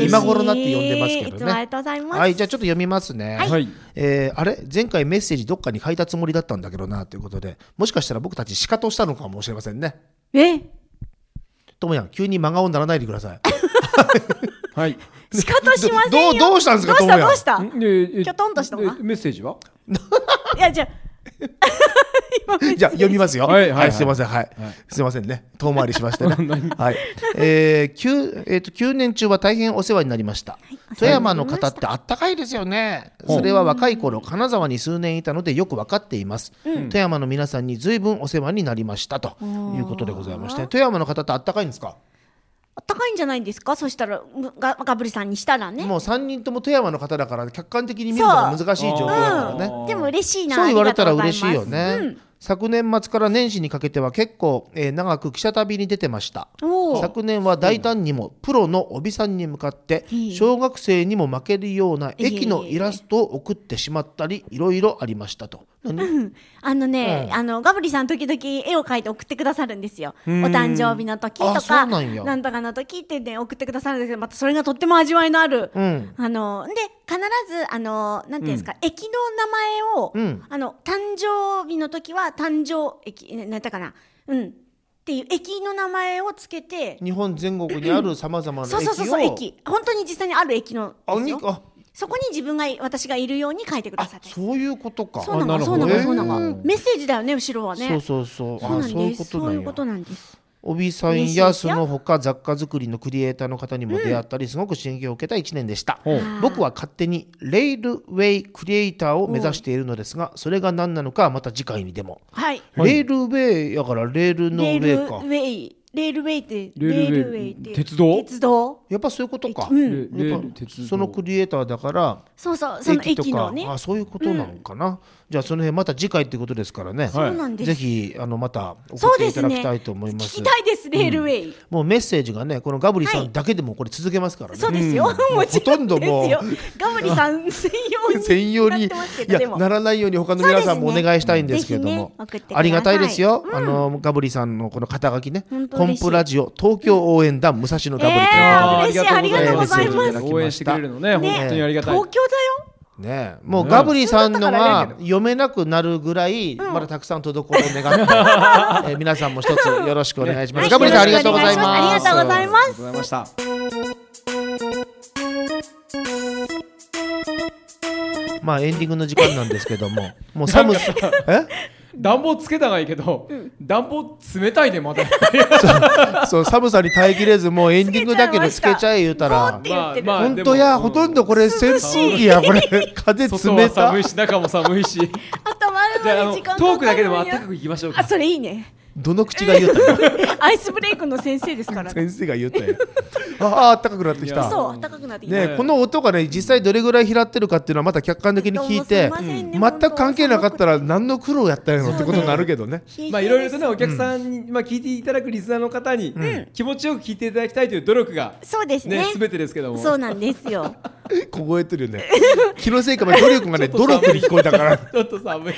[SPEAKER 5] へ
[SPEAKER 3] ー
[SPEAKER 5] ー
[SPEAKER 3] 今頃になって呼んでますけ
[SPEAKER 4] い
[SPEAKER 3] ど
[SPEAKER 4] つもあり
[SPEAKER 3] ね
[SPEAKER 4] が。とうございます、
[SPEAKER 3] はい、じゃあちょっと読みますね。
[SPEAKER 5] はい
[SPEAKER 3] えーあれ前回メッセージどっかに書いたつもりだったんだけどなということで、もしかしたら僕たち仕方をしたのかもしれませんね。
[SPEAKER 4] え
[SPEAKER 3] ともやん、急に真顔にならないでください。
[SPEAKER 5] はい
[SPEAKER 4] 仕方しませんよ
[SPEAKER 3] どうどうしたんですか
[SPEAKER 4] ど
[SPEAKER 3] 智
[SPEAKER 4] うした
[SPEAKER 3] 也
[SPEAKER 4] どうした
[SPEAKER 5] んでえ
[SPEAKER 4] きょとんとしたのが
[SPEAKER 5] えメッセージはい
[SPEAKER 4] やじゃあ今めっち
[SPEAKER 3] じゃあ読みますよ。
[SPEAKER 5] はいはいはい
[SPEAKER 3] すいません、はい。すいませんね。遠回りしました ね。はい。えー、9、えーと、9年中は大変お世話になりました。富山の方ってあったかいですよね。それは若い頃、金沢に数年いたのでよく分かっています。富山の皆さんに随分お世話になりましたということでございまして、富山の方ってあったかいんですか
[SPEAKER 4] あったかいんじゃないんですかそしたらむガガブリさんにしたらね
[SPEAKER 3] もう3人とも富山の方だから、客観的に見るのが難しい状況だからね。
[SPEAKER 4] でも嬉しいな
[SPEAKER 3] そう言われたら
[SPEAKER 4] ありがとう
[SPEAKER 3] 嬉
[SPEAKER 4] ご
[SPEAKER 3] し
[SPEAKER 4] ざ
[SPEAKER 3] い
[SPEAKER 4] ま
[SPEAKER 3] よね、昨年末から年始にかけては結構、えー長く記者旅に出てました
[SPEAKER 4] おー
[SPEAKER 3] 昨年は大胆にもプロの帯さんに向かって
[SPEAKER 4] いい
[SPEAKER 3] 小学生にも負けるようない
[SPEAKER 4] えいえいえ
[SPEAKER 3] 駅のイラストを送ってしまったりいろいろありましたと何
[SPEAKER 4] あのね、あのガブリさん時々絵を描いて送ってくださるんですよ。お誕生日の時
[SPEAKER 3] あ
[SPEAKER 4] と
[SPEAKER 3] そ
[SPEAKER 4] か
[SPEAKER 3] うなんや
[SPEAKER 4] なんとかの時ってね送ってくださるんですけど、またそれがとっても味わいのある。
[SPEAKER 3] うん
[SPEAKER 4] あので必ずあのなんていうんですか、駅の名前を、
[SPEAKER 3] うん
[SPEAKER 4] あの誕生日の時は誕生駅えなんだったかな。うん、っていう駅の名前をつけて、
[SPEAKER 3] 日本全国にあるさまざまな
[SPEAKER 4] そう
[SPEAKER 3] 駅
[SPEAKER 4] そ
[SPEAKER 3] を
[SPEAKER 4] うそうそう駅本当に実際にある駅の
[SPEAKER 3] あ
[SPEAKER 4] です
[SPEAKER 3] に
[SPEAKER 4] よ
[SPEAKER 3] あ
[SPEAKER 4] そこに自分がい私がいるように書いてくだ
[SPEAKER 3] あ
[SPEAKER 4] さってそ
[SPEAKER 3] そういうことか
[SPEAKER 4] うなの
[SPEAKER 5] あなる
[SPEAKER 4] そう
[SPEAKER 5] ほ
[SPEAKER 4] な
[SPEAKER 5] ど
[SPEAKER 4] のそうなの
[SPEAKER 3] へ
[SPEAKER 4] メッセージだよね後ろはね
[SPEAKER 3] そうそうそう
[SPEAKER 4] そう
[SPEAKER 3] あ
[SPEAKER 4] なん
[SPEAKER 3] そういう
[SPEAKER 4] で
[SPEAKER 3] こ
[SPEAKER 4] す
[SPEAKER 3] と
[SPEAKER 4] そう
[SPEAKER 3] ないん
[SPEAKER 4] う
[SPEAKER 3] や
[SPEAKER 4] ことなんです
[SPEAKER 3] 帯さん
[SPEAKER 4] 嬉しいで
[SPEAKER 3] や
[SPEAKER 4] す
[SPEAKER 3] そ
[SPEAKER 4] よ
[SPEAKER 3] の他雑貨作りのクリエイターの方にも出会ったり、すごく刺激を受けた1年でした僕は勝手にレールウェイクリエイターを目指しているのですがそれが何なのかはまた次回にでも、
[SPEAKER 4] はい
[SPEAKER 3] レールウェイやからレールの
[SPEAKER 4] レ
[SPEAKER 3] ウ
[SPEAKER 4] ール
[SPEAKER 3] ェイか
[SPEAKER 4] ウェイレールウェイって
[SPEAKER 5] レールウェイ
[SPEAKER 4] って
[SPEAKER 5] 鉄道
[SPEAKER 4] 鉄道
[SPEAKER 3] やっぱそういうことか、
[SPEAKER 5] レレ
[SPEAKER 3] や
[SPEAKER 5] ー
[SPEAKER 3] っ
[SPEAKER 5] ル
[SPEAKER 3] ぱ
[SPEAKER 5] 鉄道
[SPEAKER 3] そのクリエイターだから
[SPEAKER 4] そうそうその
[SPEAKER 3] 駅と
[SPEAKER 4] 駅
[SPEAKER 3] か
[SPEAKER 4] のね
[SPEAKER 3] あそういうことなのかな、じゃあその辺また次回ってことですからね、
[SPEAKER 4] そうなんです
[SPEAKER 3] ぜひあのまた送
[SPEAKER 4] そ
[SPEAKER 3] っ
[SPEAKER 4] う
[SPEAKER 3] て
[SPEAKER 4] で
[SPEAKER 3] いた
[SPEAKER 4] す
[SPEAKER 3] だ
[SPEAKER 4] ね
[SPEAKER 3] きたいと思いま
[SPEAKER 4] 聞
[SPEAKER 3] す
[SPEAKER 4] きたいですレールウェイ
[SPEAKER 3] もうメッセージがねこのガブリさ
[SPEAKER 4] は
[SPEAKER 3] ん
[SPEAKER 4] い
[SPEAKER 3] だけでもこれ続けますからね、
[SPEAKER 4] そうですよもち
[SPEAKER 3] ほと
[SPEAKER 4] ろ
[SPEAKER 3] ん
[SPEAKER 4] ん
[SPEAKER 3] ど
[SPEAKER 4] で
[SPEAKER 3] もう
[SPEAKER 4] すよガムリさん専用 に
[SPEAKER 3] 専用にい
[SPEAKER 4] なってますけど
[SPEAKER 3] や
[SPEAKER 4] でも
[SPEAKER 3] ならないように他の皆さんもお
[SPEAKER 4] そうですね
[SPEAKER 3] 願いしたいんですけれども、
[SPEAKER 4] ぜひね送ってください
[SPEAKER 3] ありがたいですよ、あのガブリさんのこの肩書きね
[SPEAKER 4] 本当
[SPEAKER 3] コン
[SPEAKER 4] 嬉しい
[SPEAKER 3] プラジオ東京応援団、武蔵野ガブリという
[SPEAKER 4] あー
[SPEAKER 5] あー
[SPEAKER 4] 嬉しいありがとうございます
[SPEAKER 5] メッセージただきした応援してくれるのね、本当にありがたい。
[SPEAKER 4] 東京だよ
[SPEAKER 3] ねえもうガブリさんの
[SPEAKER 5] 普通だったら
[SPEAKER 3] が
[SPEAKER 5] ね
[SPEAKER 3] 読めなくなるぐらいまだたくさん滞りを願 って、えー皆さんも一つよろしくお願いします、
[SPEAKER 4] はい
[SPEAKER 3] ガブリさんありがとうござい
[SPEAKER 4] よろしくお願
[SPEAKER 3] ま
[SPEAKER 4] いしますすありがとうございます
[SPEAKER 5] ありがとうございました。
[SPEAKER 3] まあエンディングの時間なんですけどももう寒 さえ
[SPEAKER 5] 暖房つけたがいいけど、暖房冷たいねまだ。
[SPEAKER 3] そう寒さに耐えきれずもうエンディングだけどつけちゃえ言うたら
[SPEAKER 4] て言ってる
[SPEAKER 3] 本当や、
[SPEAKER 5] でも
[SPEAKER 3] ほとんどこれ扇風機やこれ風
[SPEAKER 5] 外
[SPEAKER 3] 冷
[SPEAKER 5] は
[SPEAKER 3] た
[SPEAKER 5] 寒いし中も寒いし。
[SPEAKER 4] 頭悪
[SPEAKER 5] じゃああ の
[SPEAKER 4] い時間かかる
[SPEAKER 5] トークだけでも
[SPEAKER 4] あ
[SPEAKER 5] 暖かくいきましょう
[SPEAKER 4] あ
[SPEAKER 5] か。
[SPEAKER 4] それいいね
[SPEAKER 3] どの口が言うたの
[SPEAKER 4] アイスブレイクの先生ですから
[SPEAKER 3] 先生が言うたよああー暖かくなってきた
[SPEAKER 4] そう暖かくなってきた
[SPEAKER 3] ね、この音がね実際どれぐらい拾ってるかっていうのはまた客観的に聞いて
[SPEAKER 4] どうもすいませんね
[SPEAKER 3] 全く関係なかったら何の苦労やったんやろってことになるけど ね。
[SPEAKER 5] まあいろいろとねお客さんに、まあ聞いていただくリスナーの方に、気持ちよく聞いていただきたいという努力が
[SPEAKER 4] そうですね
[SPEAKER 5] ねすべてですけども。
[SPEAKER 4] そうなんですよ
[SPEAKER 3] 凍えてるよね。 気のせいかも努力がね努力に聞こえた から。
[SPEAKER 5] ちょっと寒い。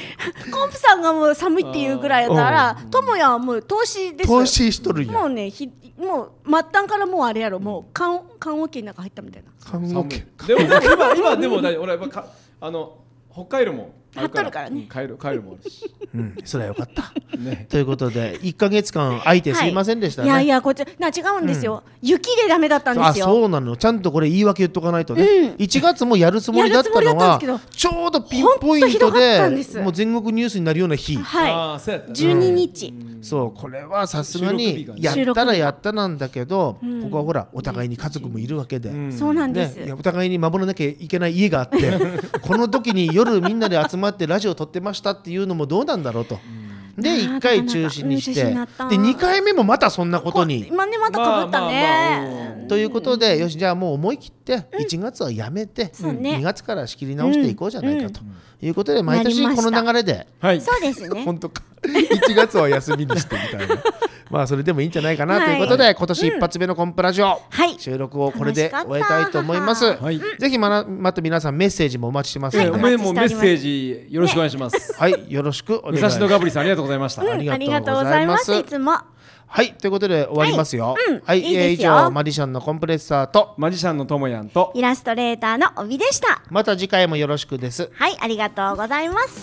[SPEAKER 4] コンプさんがもう寒いっていうぐらいだからともやはもう投資ですよ
[SPEAKER 3] 投資しとるん
[SPEAKER 4] も
[SPEAKER 3] や。
[SPEAKER 4] うねひもう末端からもうあれやろもう缶缶桶の中入ったみたいな
[SPEAKER 3] 看
[SPEAKER 5] 寒
[SPEAKER 3] 護
[SPEAKER 5] い
[SPEAKER 3] 系。
[SPEAKER 5] でも今今でも大丈夫俺はやっぱかあの北海道もあるか
[SPEAKER 4] 貼っと
[SPEAKER 5] ら
[SPEAKER 4] るからね
[SPEAKER 5] うん帰る帰るもあるし。
[SPEAKER 3] うん、それはよかった。
[SPEAKER 5] ね。
[SPEAKER 3] ということで1か月間空いてすいませんでしたね。
[SPEAKER 4] はい、いやいやこっちな違うんですよ、雪でダメだったんで
[SPEAKER 3] あ
[SPEAKER 4] すよ
[SPEAKER 3] そうなのちゃんとこれ言い訳言っとかないとね、1月もやるつもりだったの
[SPEAKER 4] や
[SPEAKER 3] は
[SPEAKER 4] るつもりだったんです
[SPEAKER 3] ちょうどピンポイン
[SPEAKER 4] ほ
[SPEAKER 3] ト
[SPEAKER 4] んとひどかった
[SPEAKER 3] で
[SPEAKER 4] んです
[SPEAKER 3] もう全国ニュースになるような日、
[SPEAKER 4] は
[SPEAKER 5] ああそうやった
[SPEAKER 4] い
[SPEAKER 5] ね。
[SPEAKER 4] 12日、
[SPEAKER 3] そうこれはさすが
[SPEAKER 5] 収
[SPEAKER 3] に
[SPEAKER 5] 録日
[SPEAKER 3] や
[SPEAKER 5] が
[SPEAKER 4] ね
[SPEAKER 3] ったらやったなんだけど、ここはほらお互いに家族もいるわけで。
[SPEAKER 4] そうなんで
[SPEAKER 3] ね
[SPEAKER 4] す、、
[SPEAKER 3] いやお互いに守らなきゃいけない家があって この時に夜みんなで集まってラジオ撮ってましたっていうのもどうなんだろうと。で
[SPEAKER 4] ー
[SPEAKER 3] 1回中止にして
[SPEAKER 4] な
[SPEAKER 3] で
[SPEAKER 4] かなかうん中止になった
[SPEAKER 3] 2回目もまたそんなことに。
[SPEAKER 4] 今ねまたかぶったね、
[SPEAKER 5] まあまあまあ
[SPEAKER 3] ということでよしじゃあもう思い切って1月はやめて
[SPEAKER 4] そうね
[SPEAKER 3] 2月から仕切り直していこうじゃないかということで毎年
[SPEAKER 4] なり
[SPEAKER 3] こ
[SPEAKER 4] ました
[SPEAKER 3] の流れで
[SPEAKER 5] はい。
[SPEAKER 4] そうですね
[SPEAKER 3] 本当か1月は休みにしてみたい なまあそれでもいいんじゃないかな
[SPEAKER 4] はい
[SPEAKER 3] ということで今年一発目のコンプラジオ
[SPEAKER 4] はい
[SPEAKER 3] 収録をこれで終えたいと思います
[SPEAKER 5] 楽しかった
[SPEAKER 3] ぜひまなまた皆さんメッセージもお待ちしてます
[SPEAKER 5] えー
[SPEAKER 3] の
[SPEAKER 5] お
[SPEAKER 3] で
[SPEAKER 5] めもメッセージよろしくお願いします。
[SPEAKER 3] はいよろしくお願い
[SPEAKER 5] 武
[SPEAKER 3] しま
[SPEAKER 5] 蔵
[SPEAKER 3] す
[SPEAKER 5] 野ガブリさんありがとうございました。
[SPEAKER 3] ん
[SPEAKER 4] ありがとうございますいつも
[SPEAKER 3] はいということで終わりますよ
[SPEAKER 4] はいうん
[SPEAKER 3] はい
[SPEAKER 4] いい
[SPEAKER 3] えー以
[SPEAKER 4] ですよ
[SPEAKER 3] 上マディシャンのコンプレッサーと
[SPEAKER 5] マジシャンのともやんと
[SPEAKER 4] イラストレーターの帯でした
[SPEAKER 3] また次回もよろしくです
[SPEAKER 4] はいありがとうございます